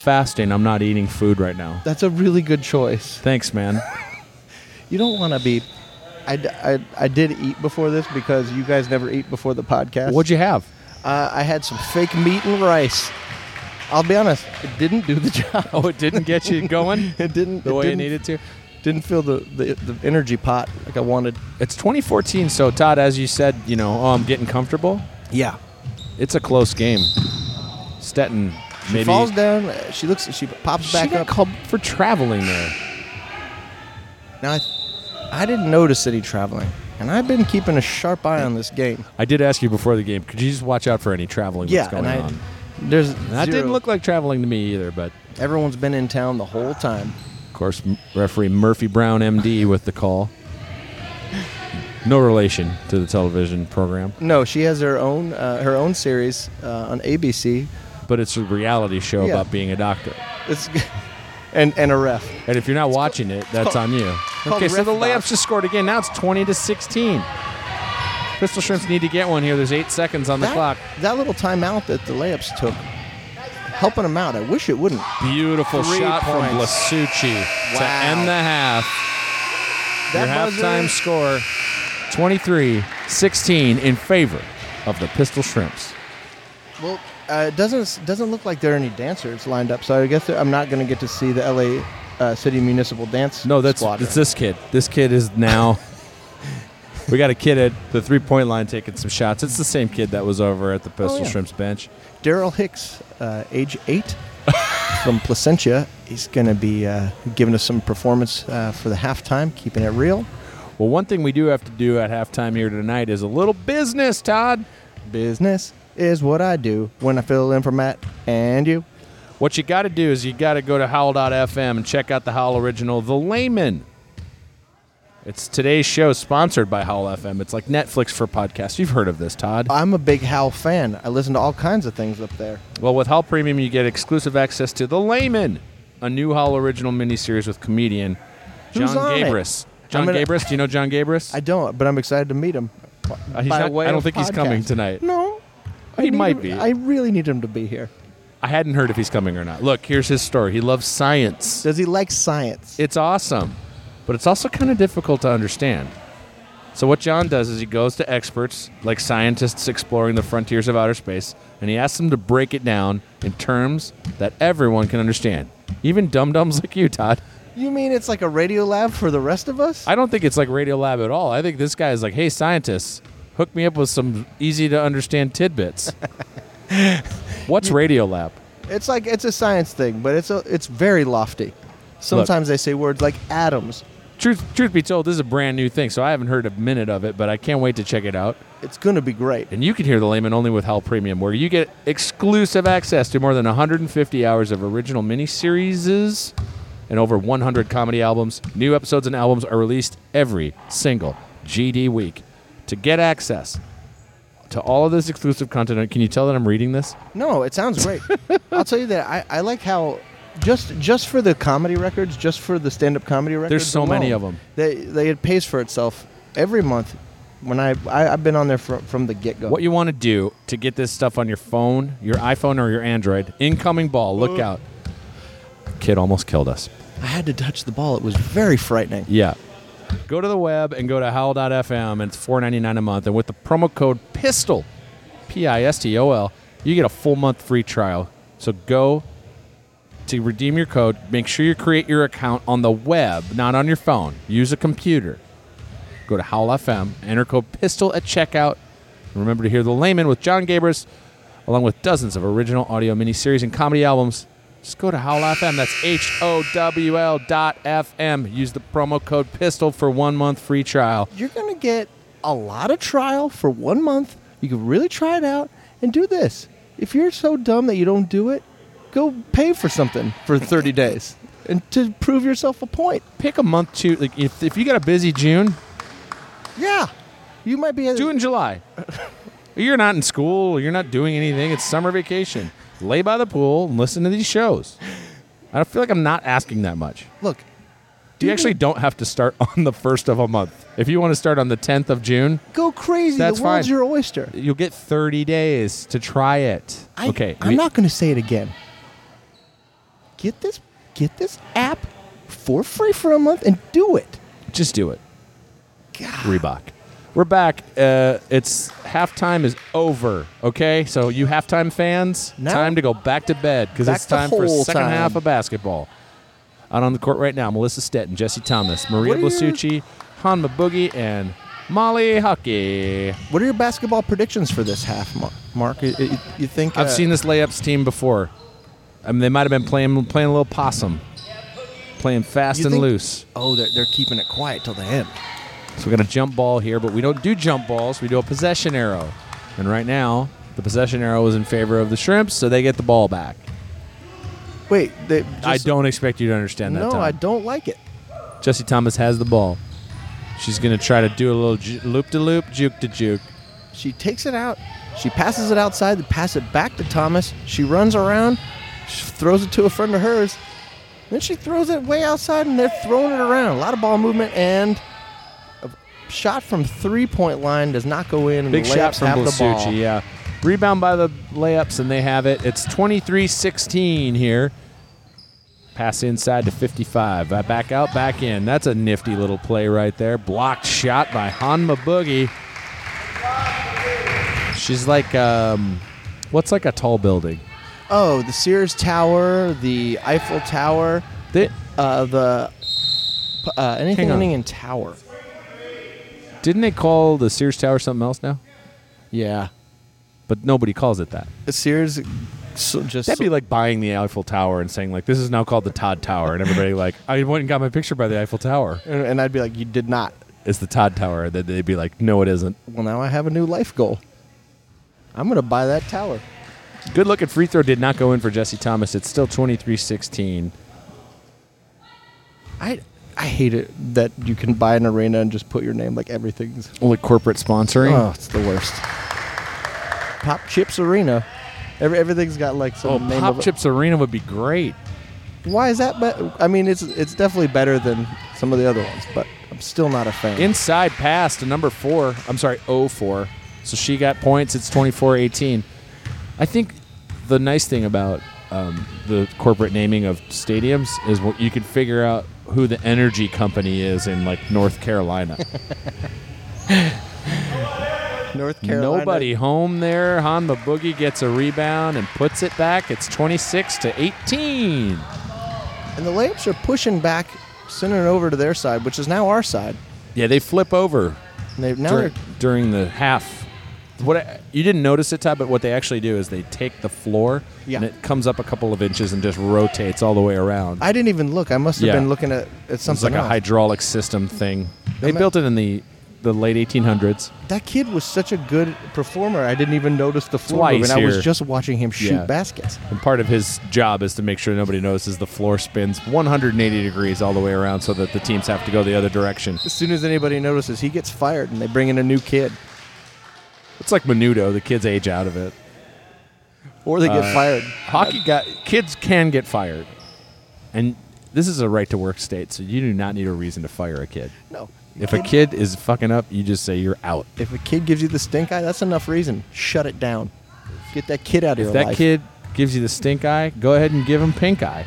fasting. I'm not eating food right now. That's a really good choice. Thanks, man. You don't want to be I, d- I- I did eat before this because you guys never eat before the podcast. What'd you have? Uh, I had some fake meat and rice. I'll be honest, it didn't do the <laughs> job. Oh, <laughs> it didn't get you going It didn't the it way didn't- you needed to. Didn't feel the, the the energy pot like I wanted. It's 2014, so Todd, as you said, you know, oh, I'm getting comfortable. Yeah, It's a close game. Stetton, she maybe falls down. uh, She looks. She pops She back got up. called for traveling there. Now I, I didn't notice that he traveling, and I've been keeping a sharp eye on this game. I did ask you before the game. Could you just watch out for any traveling? yeah, that's going and I on. there's That did zero- didn't look like traveling to me either, but Everyone's been in town the whole time. of course, m- referee Murphy Brown, MD, with the call. No relation to the television program, No, she has her own uh, her own series uh, on ABC. but it's a reality show Yeah. about being a doctor. It's <laughs> and and a ref. And if you're not watching it, that's called- on you. called Okay, so ref the layups box. just scored again. Now it's 20 to 16. Pistol Shrimps need to get one here. There's eight seconds on the that, clock. That little timeout that the layups took, helping them out. I wish it wouldn't. Beautiful Three shot from points. Blasucci to Wow. end the half. Your That buzzer- halftime score 23 16 in favor of the Pistol Shrimps. Well, uh, it doesn't doesn't look like there are any dancers lined up. So I guess I'm not going to get to see the LA uh, City Municipal Dance. No, that's squadron. it's this kid. This kid is now. <laughs> we got a kid at the three point line taking some shots. It's the same kid that was over at the Pistol yeah. Shrimps bench. Daryl Hicks, uh, age eight, <laughs> from Placentia. He's going to be uh, giving us some performance uh, for the halftime, keeping it real. Well, one thing we do have to do at halftime here tonight is a little business, Todd. Business is what I do when I fill in for Matt and you. What you got to do is you got to go to howl.fm and check out the Howl original, The Layman. It's today's show sponsored by Howl FM. It's like Netflix for podcasts. You've heard of this, Todd. I'm a big Hal fan. I listen to all kinds of things up there. Well, with Howl Premium, you get exclusive access to The Layman, a new Howl original miniseries with comedian John Who's on it? Gabris. John I'm gonna- Gabris, do you know John Gabris? I don't, but I'm excited to meet him. Uh, he's by not- way I don't of think he's podcast. coming tonight. No. I He need might him- be. I really need him to be here. I hadn't heard if he's coming or not. Look, here's his story. He loves science. Does he like science? it's awesome, but it's also kind of difficult to understand. So what John does is he goes to experts, like scientists exploring the frontiers of outer space, and he asks them to break it down in terms that everyone can understand. Even dum dums <laughs> like you, Todd. You mean it's like a radio lab for the rest of us? I don't think it's like Radio Lab at all. I think this guy is like, hey, scientists, hook me up with some easy to understand tidbits. What's Radio Lab? It's like it's a science thing, but it's a, it's very lofty. Sometimes they say words like atoms. Truth, truth be told, this is a brand new thing, so I haven't heard a minute of it, but I can't wait to check it out. It's gonna be great. And you can hear The Layman only with Hal Premium, where you get exclusive access to more than 150 hours of original miniseries and over 100 comedy albums. New episodes and albums are released every single GD week. To get access to all of this exclusive content, uh, can you tell that I'm reading this? No, it sounds <laughs> great. I'll tell you that I, I like how just just for the comedy records, just for the stand up comedy records. so many alone, of 'em. They they it pays for itself every month. When I, I I've been on there from from the get go. What you want to do to get this stuff on your phone, your iPhone or your Android, incoming ball, look out. Kid almost killed us. I had to touch the ball. It was very frightening. Yeah. Go to the web and go to howl.fm, and it's four ninety nine a month. And with the promo code PISTOL, P I S T O L, you get a full month free trial. So go to redeem your code. Make sure you create your account on the web, not on your phone. Use a computer. Go to Howl FM, enter code PISTOL at checkout. And remember to hear The Layman with John Gabris, along with dozens of original audio miniseries and comedy albums. Just go to Howl FM. That's H O W L dot FM. Use the promo code PISTOL for one month free trial. You're gonna get a lot of trial for one month. You can really try it out and do this. If you're so dumb that you don't do it, go pay for something for 30 days and to prove yourself a point. Pick a month to, like, if, if you got a busy June, Yeah, you might be do it in July. <laughs> You're not in school. You're not doing anything. It's summer vacation. Lay by the pool and listen to these shows. I feel like I'm not asking that much. Look, You actually don't have to start <laughs> on the first of a month. If you want to start on the 10th of June, go crazy. That's the world's fine. your oyster. you'll get 30 days to try it. I, okay. I'm we- not going to say it again. Get this, get this app for free for a month and do it. Just do it. God, Reebok. We're back. Uh, it's halftime is over. Okay, so you halftime fans, No. time to go back to bed because Back it's to time for whole second time. half of basketball. Out on the court right now, Melissa Stetton, Jesse Thomas, Maria What are your- Blasucci, Hanma Boogie, and Molly Hockey. What are your basketball predictions for this half, Mar- Mark? You, you- you think I've uh, seen this layups team before. I mean, they might have been playing playing a little possum, playing fast you and think- loose. Oh, they're, they're keeping it quiet till the end. So we got a jump ball here, but we don't do jump balls. We do a possession arrow. And right now, the possession arrow is in favor of the Shrimps, so they get the ball back. Wait, they I just- don't expect you to understand that. No, Tom. I don't like it. Jesse Thomas has the ball. She's going to try to do a little ju- loop to loop, juke to juke. She takes it out. She passes it outside. They pass it back to Thomas. She runs around. She throws it to a friend of hers. Then she throws it way outside, and they're throwing it around. A lot of ball movement and a shot from three-point line does not go in. And Big the shot layups from have the ball. Blasucci, yeah. Rebound by the layups, and they have it. It's 23 16 here. Pass inside to 55. Uh, Back out, back in. That's a nifty little play right there. Blocked shot by Hanma Boogie. She's like, um, what's like a tall building? Oh, the Sears Tower, the Eiffel Tower, They, uh, the p- uh, anything Hang on. ending in tower. didn't they call the Sears Tower something else now? Yeah, But nobody calls it that. the Sears. So just That'd be like buying the Eiffel Tower and saying like, this is now called the Todd Tower, and everybody like, I went and got my picture by the Eiffel Tower. and and I'd be like, you did not. It's the Todd Tower that they'd be like, no, it isn't. Well, now I have a new life goal. I'm gonna buy that tower. Good looking free throw did not go in for Jesse Thomas. It's still 23 16. I I hate it that you can buy an arena and just put your name like everything's. Like corporate sponsoring. Oh, it's the worst. Pop Chips Arena. Every, everything's got like some Oh, name Pop of it. Chips Arena would be great. Why is that? Be- I mean, it's it's definitely better than some of the other ones, but I'm still not a fan. Inside pass to number four. I'm sorry, 04. So she got points. It's 24 18. I think the nice thing about um, the corporate naming of stadiums is what you can figure out who the energy company is in like North <laughs> Carolina. North Carolina. Nobody home there. Hanma Boogie gets a rebound and puts it back. It's 26 to 18. And the layups are pushing back, sending it over to their side, which is now our side. Yeah, they flip over And they now dur- they're during the half. What I, you didn't notice it, Todd, but what they actually do is they take the floor Yeah. and it comes up a couple of inches and just rotates all the way around. I didn't even look. I must have Yeah. been looking at, at it's something like a else. hydraulic system thing. They ma- built it in the the late 1800s. that kid was such a good performer. I didn't even notice the floor why move, and he's I was here. just watching him shoot Yeah. baskets. And part of his job is to make sure nobody notices the floor spins 180 degrees all the way around so that the teams have to go the other direction. As soon as anybody notices, he gets fired, and they bring in a new kid, It's like Menudo. The kids age out of it. or they get Uh, fired. Hockey got kids can get fired, and this is a right to work state, so you do not need a reason to fire a kid. No, If a kid is fucking up, you just say you're out. if a kid gives you the stink eye, that's enough reason. Shut it down. Get that kid out of If your that life. kid gives you the stink eye, go ahead and give him pink eye.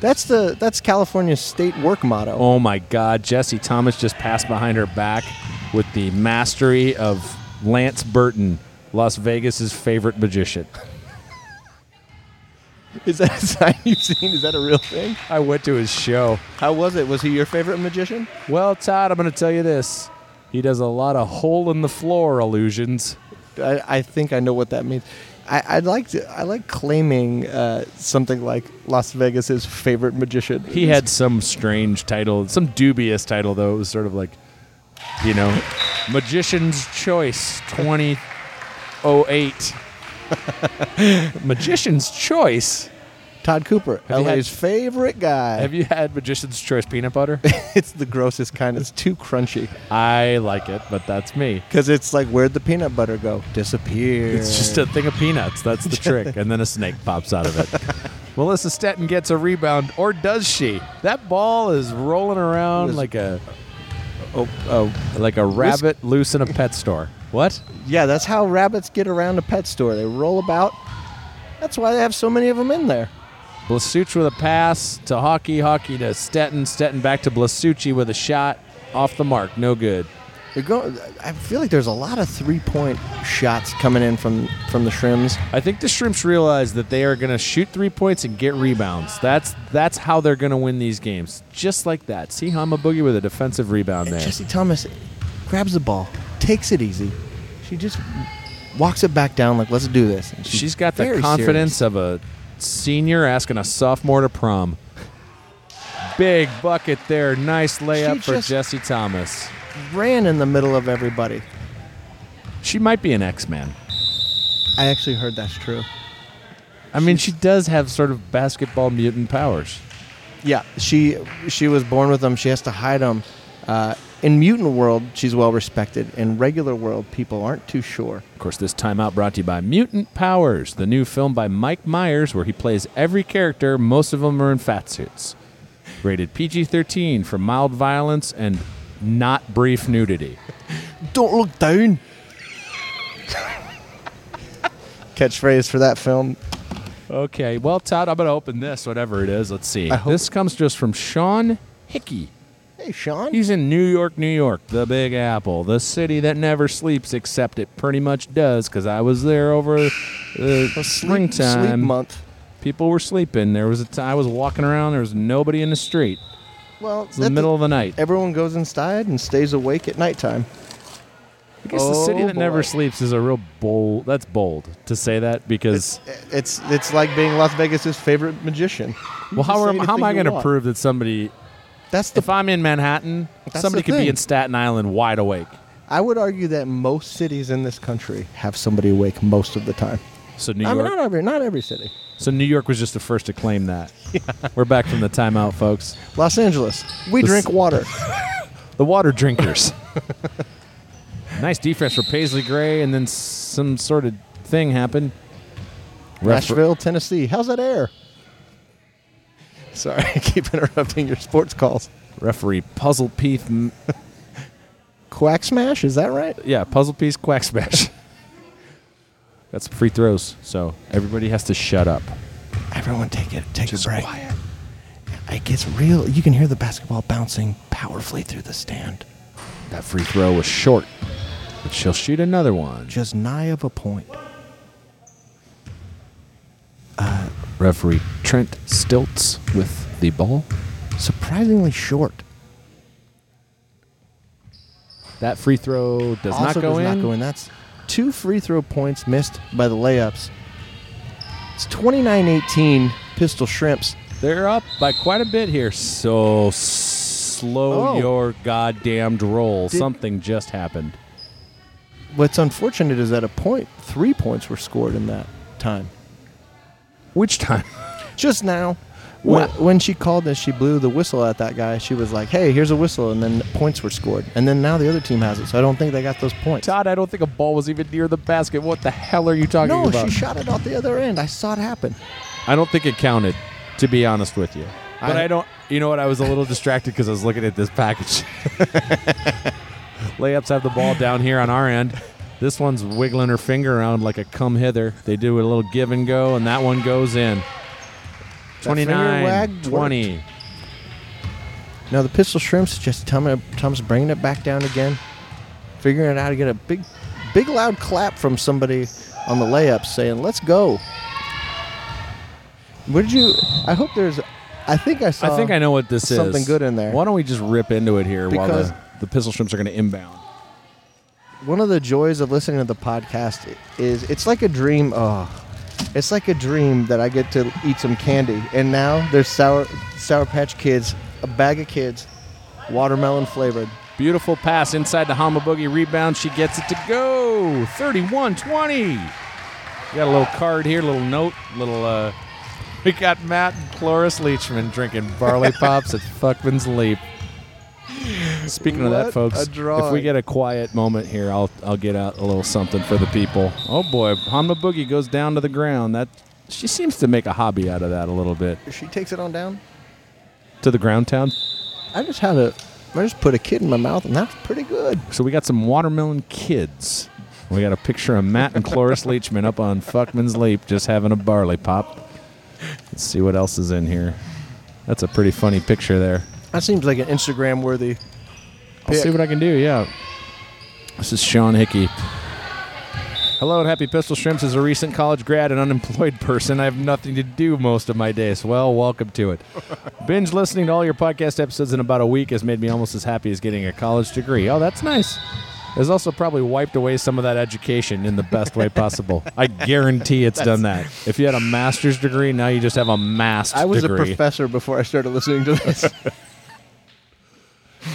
that's the that's California's state work motto. Oh my God, Jesse Thomas just passed behind her back with the mastery of Lance Burton, Las Vegas's favorite magician. Is that a sign you've seen? Is that a real thing? <laughs> I went to his show. How was it? Was he your favorite magician? Well, Todd, I'm going to tell you this. He does a lot of hole in the floor illusions. I, I think I know what that means. I, I like to, I like claiming uh, something like Las Vegas's favorite magician. He had some strange title, some dubious title though. It was sort of like, you know, Magician's Choice 2008. <laughs> Magician's Choice. Todd Cooper, you LA's had- favorite guy. Have you had Magician's Choice peanut butter? <laughs> it's the grossest kind. It's too crunchy I like it, but that's me. because it's like where'd the peanut butter go? Disappear. It's just a thing of peanuts. That's the trick. And then a snake pops out of it. Melissa Stetton gets a rebound, or does she? That ball is rolling around Was- like a oh, oh like a rabbit loose in a pet store. What? yeah. That's how rabbits get around a pet store. They roll about. That's why they have so many of them in there. Blasucci with a pass to Hockey, Hockey to Stetton, Stetton back to Blasucci with a shot off the mark, no good. They're going. I feel like there's a lot of three-point shots coming in from from the Shrims. I think the Shrimps realize that they are going to shoot three points and get rebounds. That's that's how they're going to win these games, just like that. See Hama Boogie with a defensive rebound And there. Jesse Thomas grabs the ball, takes it easy. She just walks it back down like, let's do this. And She's got the very confidence serious. of a senior asking a sophomore to prom. Big bucket there. Nice layup She for just- Jesse Thomas. Ran in the middle of everybody. She might be an X-Man. I actually heard that's true. I mean, she does have sort of basketball mutant powers. Yeah, she she was born with them. She has to hide them. Uh, in mutant world, she's well respected. In regular world, people aren't too sure. Of course, this timeout brought to you by Mutant Powers, the new film by Mike Myers, where he plays every character. Most of them are in fat suits. Rated PG 13 for mild violence and not brief nudity. Don't look down. Catchphrase for that film. Okay, well, Todd, I'm going to open this, whatever it is. Let's see. I hope- This comes to us from Sean Hickey. Hey, Sean. He's in New York, New York, the Big Apple, the city that never sleeps, except it pretty much does, because I was there over <sighs> the sleep, springtime. sleep month. People were sleeping. There was a time I was walking around. There was nobody in the street. Well, It's the middle of the night. Everyone goes inside and stays awake at nighttime. I guess the city Oh, that never boy. sleeps is a real bold. That's bold to say that because. It's it's like being Las Vegas's favorite magician. well, how, just are, say the how am thing I you going to want. prove that somebody? That's the. If I'm in Manhattan, That's somebody the could be thing. in Staten Island wide awake. I would argue that most cities in this country have somebody awake most of the time. So New I mean, York. not every not every city. So New York was just the first to claim that. We're back from the timeout, folks. Los Angeles, we The drink s- <laughs> water. The water drinkers. nice defense for Paisley Gray, and then some sort of thing happened. Ref- Nashville, Tennessee. How's that air? Sorry, <laughs> I keep interrupting your sports calls. referee Puzzle Piece. m- Quack smash, is that right? Yeah, Puzzle Piece Quack Smash. <laughs> That's free throws, so everybody has to shut up. Everyone, take it. Take Just a break. quiet. It gets real. You can hear the basketball bouncing powerfully through the stand. That free throw was short, but she'll shoot another one. Just nigh of a point. Referee Trent Stilts with the ball. Surprisingly short. That free throw does also not go does in. not go in. That's two free throw points missed by the layups. It's 29-18 Pistol Shrimps. They're up by quite a bit here. So slow Oh. your goddamned roll. Did- Something just happened. What's unfortunate is that a point, three points were scored in that time. Which time? Just now, when, What? when she called and she blew the whistle at that guy, she was like, "Hey, here's a whistle," and then points were scored. And then now the other team has it, so I don't think they got those points. Todd, I don't think a ball was even near the basket. What the hell are you talking no, about? she shot it off the other end. I saw it happen. I don't think it counted, to be honest with you. But I, I- don't. You know what? I was a little distracted because I was looking at this package. <laughs> Layups have the ball down here on our end. This one's wiggling her finger around like a come hither. They do a little give and go, and that one goes in. That finger 29 wag 20. Now the pistol shrimps just Tom, Tom's bringing it back down again, figuring it out to get a big, big loud clap from somebody on the layup saying, "Let's go." Would you? I hope there's. I think I saw. I think I know what this is. Uh, something good in there. Why don't we just rip into it here while Because- the, the pistol shrimps are going to inbound? One of the joys of listening to the podcast i- is it's like a dream. Oh, it's like a dream that I get to eat some candy, and now there's sour Sour Patch Kids, a bag of kids, watermelon flavored. Beautiful pass inside the Hama Boogie rebound. She gets it to go. 31 20. Got a little card here, little note, little. uh <laughs> We got Matt and Cloris Leachman drinking <laughs> barley pops at Fuckman's Leap. Speaking of that, What folks, a if we drawing. get a quiet moment here, I'll I'll get out a little something for the people. Oh boy, Hama Boogie goes down to the ground. That she seems to make a hobby out of that a little bit. She takes it on down. To the ground town. I just had a. I just put a kid in my mouth, and that's pretty good. So we got some watermelon kids. We got a picture of Matt and Cloris Leachman up on Fuckman's Leap just having a barley pop. Let's see what else is in here. That's a pretty funny picture there. That seems like an Instagram worthy. I'll see what I can do, yeah. This is Sean Hickey. Hello and happy Pistol Shrimps. As a recent college grad and unemployed person, I have nothing to do most of my days. Well, welcome to <laughs> it. Binge listening to all your podcast episodes in about a week has made me almost as happy as getting a college degree. Oh, that's nice. Has also probably wiped away some of that education in the best way <laughs> possible. I guarantee it's done that. If you had a master's degree, now you just have a master's I was degree. a professor before I started listening <laughs> to this.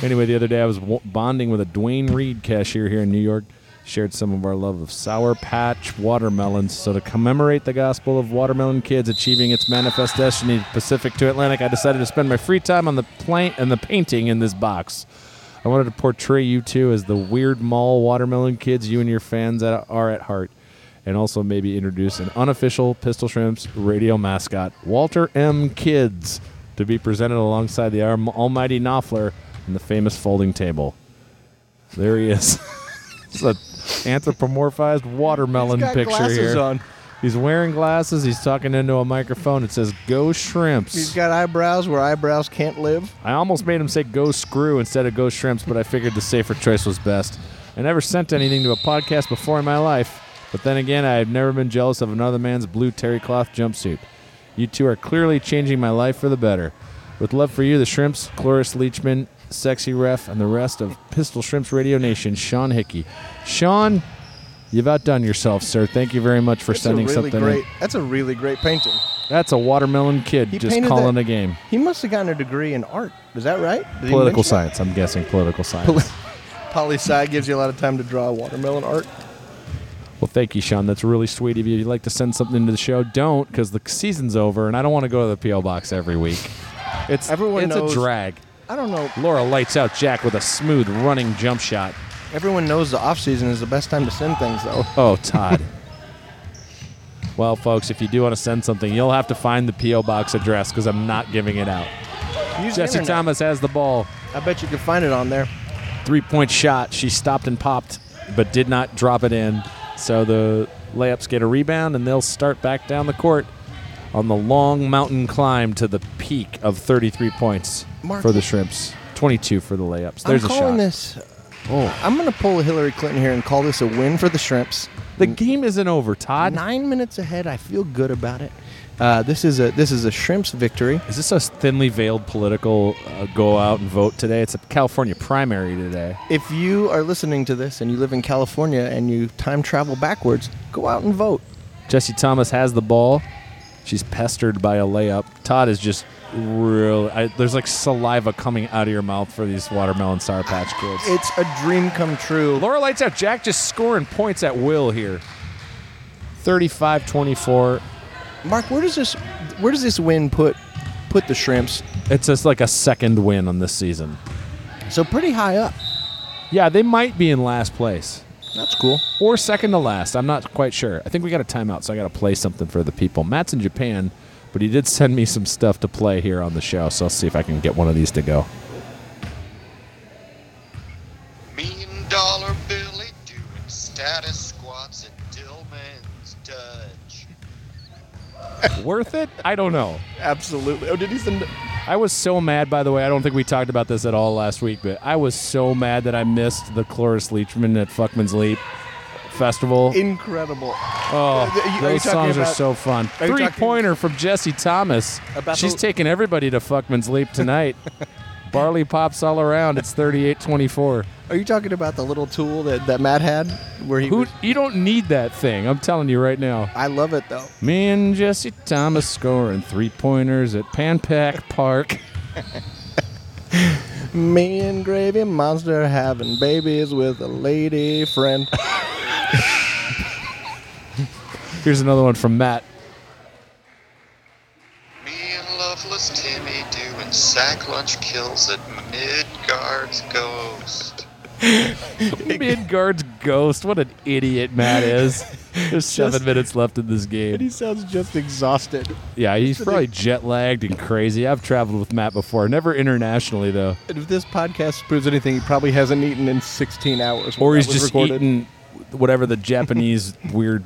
Anyway, the other day I was w- bonding with a Dwayne Reed cashier here in New York. Shared some of our love of Sour Patch watermelons. So, to commemorate the gospel of watermelon kids achieving its manifest destiny, Pacific to Atlantic, I decided to spend my free time on the plant and the painting in this box. I wanted to portray you two as the weird mall watermelon kids you and your fans at- are at heart, and also maybe introduce an unofficial Pistol Shrimps radio mascot, Walter M. Kids, to be presented alongside the arm- almighty Knopfler and the famous folding table. There he is. <laughs> it's an anthropomorphized watermelon He's got picture glasses here. on. He's wearing glasses. He's talking into a microphone. It says, Go Shrimps. He's got eyebrows where eyebrows can't live. I almost made him say go screw instead of go shrimps, but I figured the safer choice was best. I never sent anything to a podcast before in my life, but then again, I have never been jealous of another man's blue terry cloth jumpsuit. You two are clearly changing my life for the better. With love for you, the shrimps, Cloris Leachman, Sexy Ref, and the rest of Pistol Shrimps Radio Nation, Sean Hickey. Sean, you've outdone yourself, sir. Thank you very much for That's a sending really something. in. great. That's a really great painting. That's a watermelon kid He just painted calling that- a game. He must have gotten a degree in art. Is that right? Did he Political mention science, I'm guessing. Political science. that? Poli sci gives you a lot of time to draw watermelon art. Well, thank you, Sean. That's really sweet of you. If you'd like to send something to the show, don't, because the season's over, and I don't want to go to the PO box every week. It's Everyone it's knows- a drag. I don't know. Laura lights out Jack with a smooth running jump shot. Everyone knows the off season is the best time to send things, though. Oh, <laughs> Todd. well, folks, if you do want to send something, you'll have to find the PO box address because I'm not giving it out. Use Jesse the internet. Thomas has the ball. I bet you could find it on there. three point shot. She stopped and popped, but did not drop it in. So the layups get a rebound, and they'll start back down the court on the long mountain climb to the peak of 33 points Mark- for the Shrimps, 22 for the layups. There's I'm a calling shot. this. Oh, I'm gonna pull Hillary Clinton here and call this a win for the Shrimps. The game isn't over, Todd. Nine minutes ahead. I feel good about it. Uh, this is a this is a Shrimps victory. Is this a thinly veiled political uh, go out and vote today? It's a California primary today. If you are listening to this and you live in California and you time travel backwards, go out and vote. Jesse Thomas has the ball. She's pestered by a layup. Todd is just real. I, there's like saliva coming out of your mouth for these watermelon sour patch kids. It's a dream come true. Laura lights out. Jack just scoring points at will here. 35-24. Mark, where does this where does this win put put the Shrimps? It's just like a second win on this season. So pretty high up. Yeah, they might be in last place That's cool. or second to last. I'm not quite sure. I think we got a timeout, so I got to play something for the people. Matt's in Japan, but he did send me some stuff to play here on the show, so I'll see if I can get one of these to go. Mean Dollar Billy doing status squats at Dillman's Dutch. Worth it? I don't know. Absolutely. Oh, did he send? I was so mad, by the way. I don't think we talked about this at all last week, but I was so mad that I missed the Cloris Leachman at Fuckman's Leap Festival. Incredible. oh, uh, Th- th- are you those talking songs are about- so fun. are you Three pointer from Jesse Thomas. About She's the- taking everybody to Fuckman's Leap <laughs> tonight. Barley pops all around. It's 38 24. Are you talking about the little tool that, that Matt had where he? Who, was- you don't need that thing. I'm telling you right now. I love it though. Me and Jesse Thomas scoring three pointers at Panpack <laughs> Park. Me and Gravy Monster having babies with a <laughs> lady friend. Here's another one from Matt. Me and Loveless Timmy doing sack lunch kills at Midgard's Ghost. Midgard's ghost. What an idiot Matt <laughs> is. There's seven minutes left in this game. he sounds just exhausted. Yeah, he's probably jet lagged and crazy. I've traveled with Matt before, never internationally though. And if this podcast proves anything, he probably hasn't eaten in 16 hours. when Or that he's was just recorded. eating whatever the <laughs> Japanese weird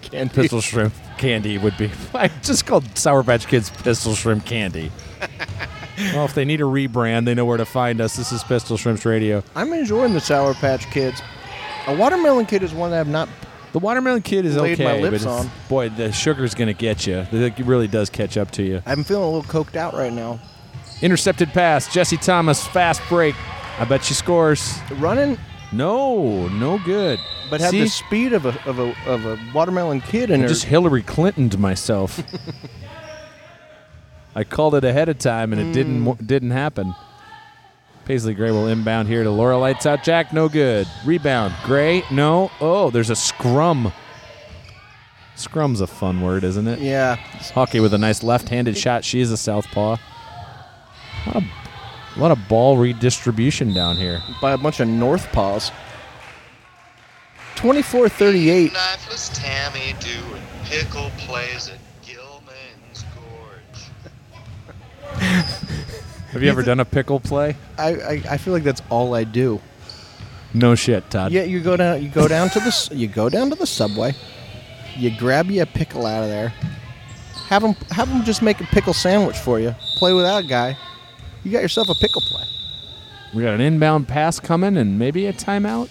Candy. pistol shrimp candy would be. <laughs> I just called Sour Patch Kids pistol shrimp <laughs> candy. well, if they need a rebrand, they know where to find us. This is Pistol Shrimps Radio. I'm enjoying the Sour Patch Kids. A watermelon kid is one that I've not. The watermelon kid is Laid okay, my but lips it's- on. boy, the sugar's gonna get you. It really does catch up to you. I'm feeling a little coked out right now. Intercepted pass, Jesse Thomas, fast break. I bet she scores. Running, No, no good. but had See, the speed of a of a of a watermelon kid in I her. just Hillary Clintoned myself. I called it ahead of time, and it didn't wo- didn't happen. Paisley Gray will inbound here to Laura. Lights out, Jack. No good. Rebound, Gray. No. Oh, there's a scrum. Scrum's a fun word, isn't it? yeah, Hockey with a nice left-handed shot. She is a southpaw. A lot of, a lot of ball redistribution down here. by a bunch of North Paws. 24-38. Knifeless Tammy doing pickle plays at Gilman's Gorge. Have you ever done a pickle play? I, I I feel like that's all I do. No shit, Todd. Yeah, you go down. You go down to the. s- You go down to the subway. You grab you a pickle out of there. Have them. Have them just make a pickle sandwich for you. Play without a guy. You got yourself a pickle play. We got an inbound pass coming and maybe a timeout.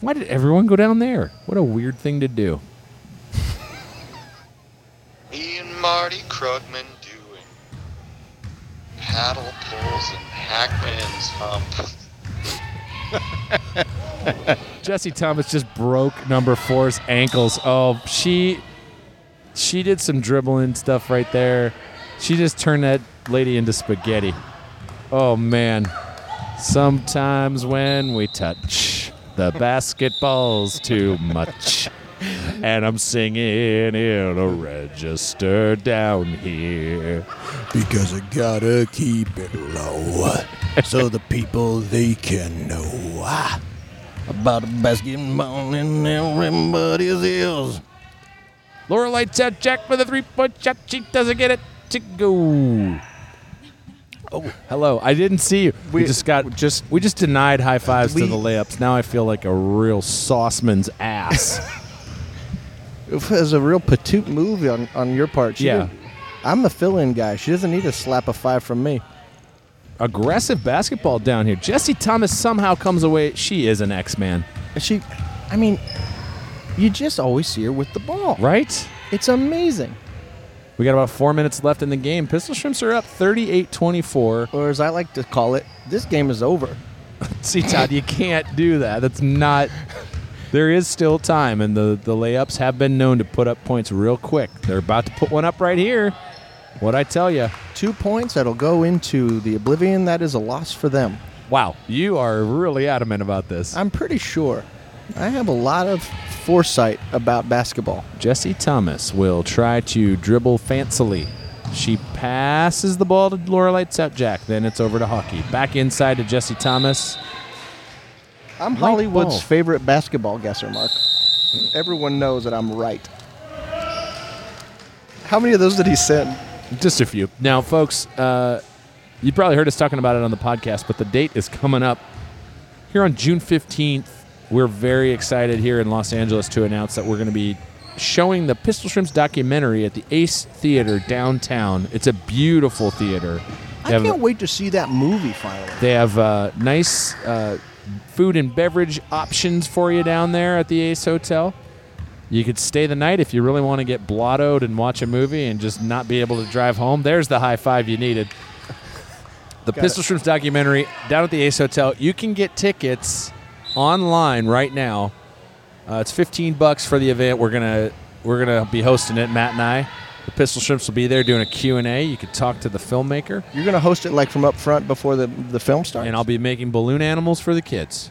Why did everyone go down there? What a weird thing to do. Me and Marty Krugman doing paddle pulls and Hackman's hump. Jesse Thomas just broke number four's ankles. Oh, she she did some dribbling stuff right there. She just turned that lady into spaghetti. Oh man. Sometimes when we touch the basketball's too much. And I'm singing in a register down here. Because I gotta keep it low <laughs> so the people they can know ah, about basketball and everybody's ears. Laura lights out Jack with a three point shot. She doesn't get it to go. Oh, hello. I didn't see you. We, We- just got we just- we just denied high fives to We- the layups. Now I feel like a real sauceman's ass. It was a real patoot move on, on your part. She Yeah. didn't- I'm the fill-in guy. She doesn't need a slap of five from me. Aggressive basketball down here. Jesse Thomas somehow comes away. She is an X man, She, I mean, you just always see her with the ball. right? It's amazing. We got about four minutes left in the game. Pistol Shrimps are up 38 24. Or as I like to call it, this game is over. See, Todd, you can't do that. That's not. There is still time, and the, the layups have been known to put up points real quick. They're about to put one up right here. What I tell you. Two points that'll go into the oblivion. That is a loss for them. Wow, you are really adamant about this. I'm pretty sure. I have a lot of foresight about basketball. Jesse Thomas will try to dribble fancily. She passes the ball to Laura Lights Out Jack. Then it's over to Hockey. Back inside to Jesse Thomas. I'm Light Hollywood's ball. favorite basketball guesser, Mark. Everyone knows that I'm right. How many of those did he send? Just a few. Now, folks, uh, you probably heard us talking about it on the podcast, but the date is coming up here on June 15th. We're very excited here in Los Angeles to announce that we're going to be showing the Pistol Shrimps documentary at the Ace Theater downtown. It's a beautiful theater. I They have- can't wait to see that movie finally. they have uh, nice uh, food and beverage options for you down there at the Ace Hotel. You could stay the night if you really want to get blottoed and watch a movie and just not be able to drive home. There's the high five you needed. The Pistol Shrimps documentary down at the Ace Hotel. You can get tickets online right now. Uh, it's 15 bucks for the event. We're gonna we're gonna be hosting it. Matt and I, the Pistol Shrimps will be there doing a Q and A. You could talk to the filmmaker. You're gonna host it like from up front before the the film starts. And I'll be making balloon animals for the kids.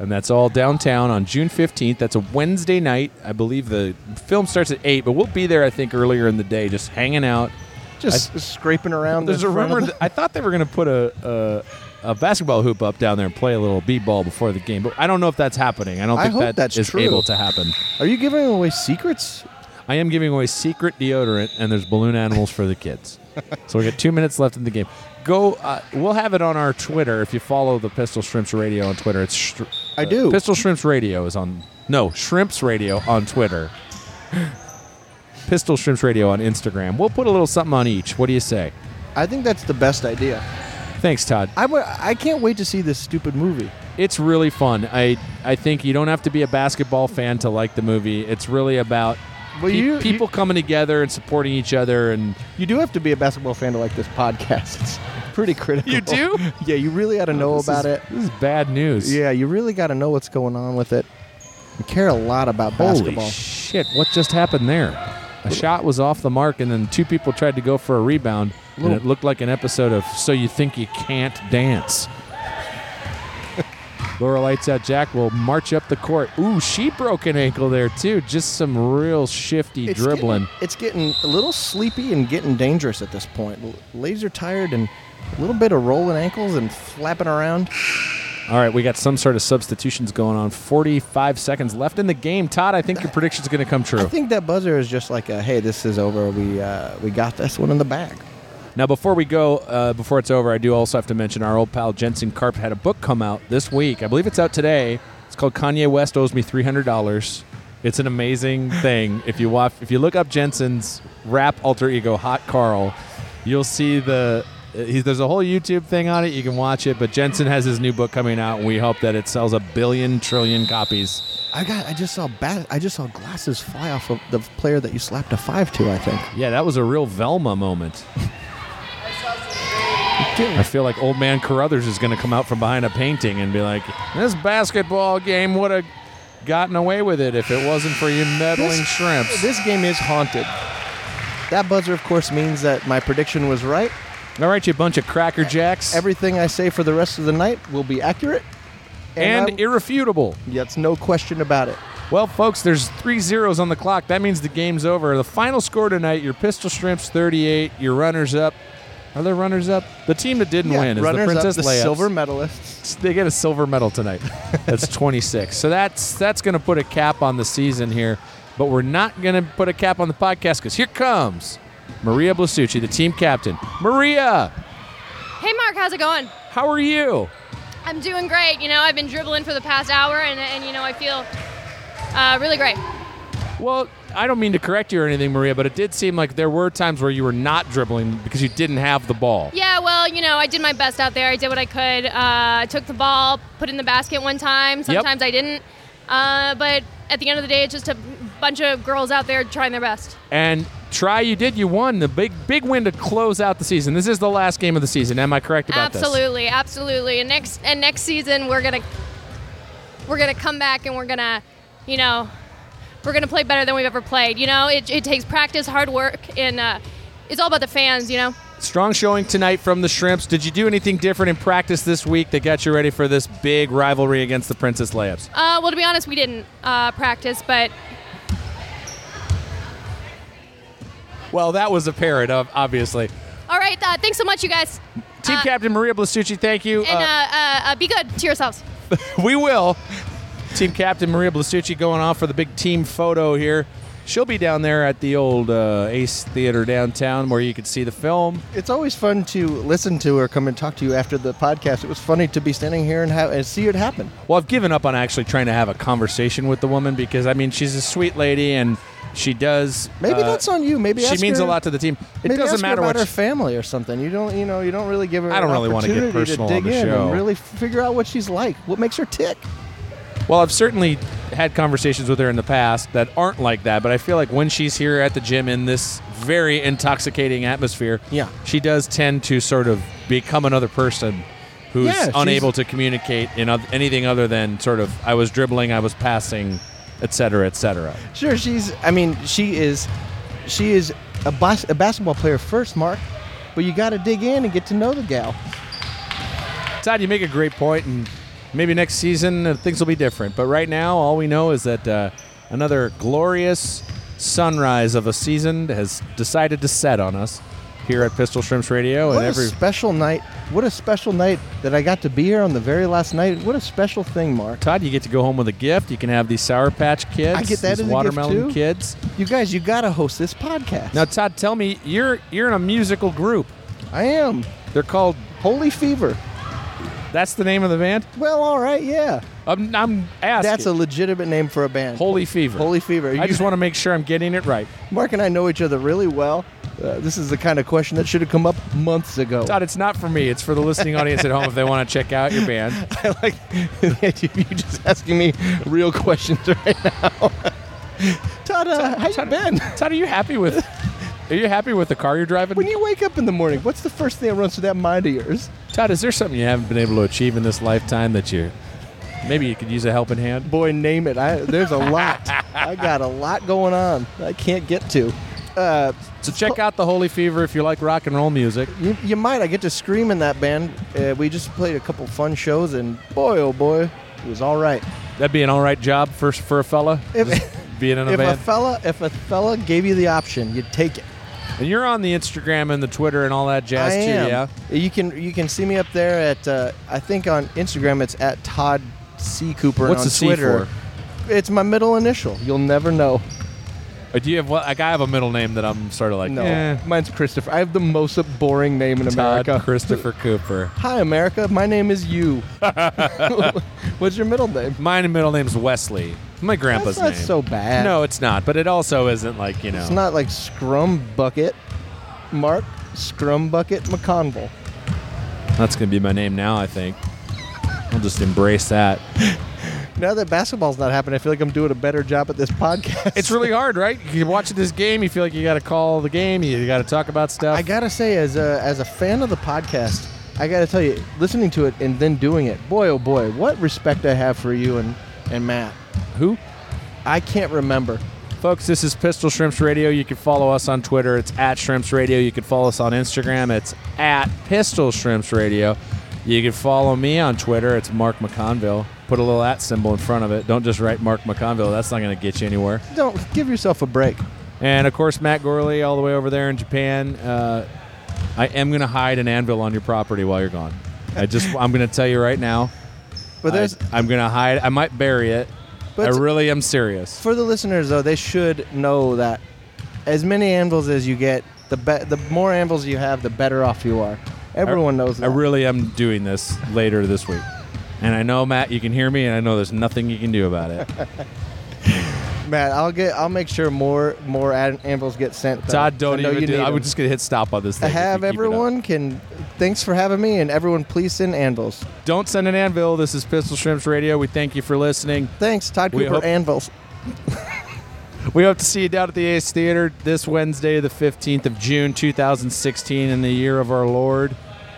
And that's all downtown on June 15th. That's a Wednesday night. I believe the film starts at 8, but we'll be there, I think, earlier in the day, just hanging out. just scraping around. There's the a front rumor of that I thought they were going to put a, a, a basketball hoop up down there and play a little b ball before the game, but I don't know if that's happening. I don't I think hope that that's is true. able to happen. the- Are you giving away secrets? I am giving away secret deodorant, and there's balloon animals for the kids. so we got two minutes left in the game. Go. Uh, we'll have it on our Twitter if you follow the Pistol Shrimps Radio on Twitter. It's sh- I do. Uh, Pistol Shrimps Radio is on no Shrimps Radio on Twitter. Pistol Shrimps Radio on Instagram. We'll put a little something on each. What do you say? I think that's the best idea. Thanks, Todd. I w- I can't wait to see this stupid movie. it's really fun. I I think you don't have to be a basketball fan to like the movie. It's really about Well, pe- you- people coming together and supporting each other. And You do have to be a basketball fan to like this podcast. <laughs> It's pretty critical. You do? <laughs> Oh, Yeah, you really got to know This about is- it. This is bad news. Yeah, you really got to know what's going on with it. You care a lot about Holy basketball. shit! What just happened there? A shot was off the mark, and then two people tried to go for a rebound, and it looked like an episode of "So You Think You Can't <laughs> Dance." Laura lights out. Jack will march up the court. Ooh, she broke an ankle there too. Just some real shifty It's dribbling. getting- it's getting a little sleepy and getting dangerous at this point. L- Laser tired and a little bit of rolling ankles and flapping around. All right, we got some sort of substitutions going on. Forty-five seconds left in the game. Todd, I think your prediction's going to come true. I think that buzzer is just like a hey, this is over. We uh, we got this one in the bag. Now, before we go, uh, before it's over, I do also have to mention our old pal Jensen Karp had a book come out this week. I believe it's out today. It's called Kanye West Owes Me $300. It's an amazing thing. If you watch, if you look up Jensen's rap alter ego, Hot Carl, you'll see the. He's, there's a whole YouTube thing on it. You can watch it. But Jensen has his new book coming out, and we hope that it sells a billion trillion copies. I got. I just saw bat. I just saw glasses fly off of the player that you slapped a five to. I think. Yeah, that was a real Velma moment. I feel like old man Carruthers is going to come out from behind a painting and be like, "This basketball game would have gotten away with it if it wasn't for you meddling shrimps." This game is haunted. That buzzer, of course, means that my prediction was right. All right, you bunch of cracker jacks, Everything I say for the rest of the night will be accurate. and I- irrefutable. that's no question about it. Well, folks, there's three zeros on the clock. That means the game's over. The final score tonight: your Pistol Shrimps 38, your runners up. Are there runners up? The team that didn't Yeah, win is the runners Princess up, the Layups. silver medalists. they get a silver medal tonight. That's 26. So that's that's going to put a cap on the season here. But we're not going to put a cap on the podcast because here comes Maria Blasucci, the team captain. Maria, Hey, Mark, how's it going? how are you? I'm doing great. You know, I've been dribbling for the past hour, and, and you know, I feel uh, really great. Well, I don't mean to correct you or anything, Maria, but it did seem like there were times where you were not dribbling because you didn't have the ball. Yeah, well, you know, I did my best out there. I did what I could. Uh, I took the ball, put it in the basket one time. Sometimes I didn't. Uh, but at the end of the day, it's just a bunch of girls out there trying their best. And try you did, you won the big big win to close out the season. This is the last game of the season. Am I correct about this? absolutely, absolutely. And next and next season, we're gonna we're gonna come back and we're gonna, you know, we're gonna play better than we've ever played. You know, it, it takes practice, hard work, and uh, it's all about the fans. You know. Strong showing tonight from the Shrimps. Did you do anything different in practice this week that got you ready for this big rivalry against the Princess Layups? Uh, well, to be honest, we didn't uh, practice, but Well, that was a parrot, ob- obviously. all right. Uh, thanks so much, you guys. Team Uh, Captain Maria Blasucci, thank you. And uh, uh, uh, be good to yourselves. Uh, we will. Team Captain Maria Blasucci going off for the big team photo here. She'll be down there at the old uh, Ace Theater downtown where you can see the film. It's always fun to listen to her come and talk to you after the podcast. It was funny to be standing here and, ha- and see it happen. Well, I've given up on actually trying to have a conversation with the woman because, I mean, she's a sweet lady and she does. Maybe uh, that's on you. Maybe she ask means her- a lot to the team. It maybe doesn't ask her matter about what her she- family or something. You don't, you know, you don't really give her. I don't an really wanna get opportunity personal on dig the in show. and really f- figure out what she's like. What makes her tick? Well, I've certainly had conversations with her in the past that aren't like that, but I feel like when she's here at the gym in this very intoxicating atmosphere, Yeah. she does tend to sort of become another person who's Yeah, she's- unable to communicate in oth- anything other than sort of I was dribbling, I was passing, etc., cetera, etc. Cetera. Sure, she's. I mean, she is. She is a, bas- a basketball player first, Mark. But you got to dig in and get to know the gal. Todd, you make a great point, and maybe next season uh, things will be different. But right now, all we know is that uh, another glorious sunrise of a season has decided to set on us here at Pistol Shrimps Radio. What and every a special night! What a special night that I got to be here on the very last night. What a special thing, Mark. Todd, you get to go home with a gift. You can have these Sour Patch Kids. I get that these as a gift, watermelon too. kids. You guys, you got to host this podcast. Now, Todd, tell me, you're you're in a musical group. I am. They're called. Holy Fever. That's the name of the band. Well, all right, yeah. I'm, I'm asking. That's a legitimate name for a band. Holy Fever. Holy Fever. I just want to make sure I'm getting it right. Mark and I know each other really well. Uh, this is the kind of question that should have come up months <laughs> ago. Todd, it's not for me. It's for the listening audience at home if they want to check out your band. I like <laughs> you just asking me real questions right now. <laughs> Todd, uh, how you been? Todd, are you happy with? Are you happy with the car you're driving? When you wake up in the morning, what's the first thing that runs through that mind of yours? Todd, is there something you haven't been able to achieve in this lifetime that you maybe you could use a helping hand? Boy, name it. I, there's a lot. I got a lot going on. I can't get to. Uh, So check out the Holy Fever if you like rock and roll music. you, you might. I get to scream in that band. Uh, we just played a couple fun shows, and boy, oh boy, it was all right. That'd be an all right job for for a fella. If- just being in a if a band. fella, if a fella gave you the option, you'd take it. and you're on the Instagram and the Twitter and all that jazz I too, am. yeah? You can you can see me up there at uh, I think on Instagram it's at Todd C Cooper. What's and on the C Twitter, It's my middle initial. You'll never know. Or Uh, do you have what like I have a middle name that I'm sort of like No, eh, mine's Christopher. I have the most boring name in Todd America. Christopher Cooper. Hi America, my name is <laughs> you. <laughs> What's your middle name? My middle name's Wesley. My grandpa's That's not name. so bad. No, it's not. But it also isn't like you know. it's not like Scrum Bucket, Mark Scrum Bucket McConville. That's gonna be my name now. I think. I'll just embrace that. Now that basketball's not happening, I feel like I'm doing a better job at this podcast. It's really hard, right? You're watching this game. You feel like you got to call the game. You got to talk about stuff. I gotta say, as a as a fan of the podcast, I gotta tell you, listening to it and then doing it, boy oh boy, what respect I have for you and and Matt. Who? I can't remember. Folks, this is Pistol Shrimps Radio. You can follow us on Twitter. It's at Shrimps Radio. You can follow us on Instagram. It's at Pistol Shrimps Radio. You can follow me on Twitter. It's Mark McConville. Put a little at symbol in front of it. Don't just write Mark McConville. That's not going to get you anywhere. Don't give yourself a break. And of course, Matt Gorley, all the way over there in Japan. Uh, I am going to hide an anvil on your property while you're gone. I just, I'm going to tell you right now. But <laughs> there's I, am going to hide. I might bury it. But- I really am serious. for the listeners though, they should know that as many anvils as you get, the be- the more anvils you have, the better off you are. Everyone knows that. I really am doing this later this week. And I know, Matt, you can hear me, and I know there's nothing you can do about <laughs> it. Matt, I'll get. I'll make sure more more an- anvils get sent. though. Todd, I don't know even you do need I 'em. was just going to hit stop on this thing. if you have keep it up. everyone can. Thanks for having me, and everyone, please send anvils. Don't send an anvil. This is Pistol Shrimps Radio. We thank you for listening. Thanks, Todd We Cooper hope- Anvils. We hope to see you down at the Ace Theater this Wednesday, the 15th of June, 2016, in the year of our Lord.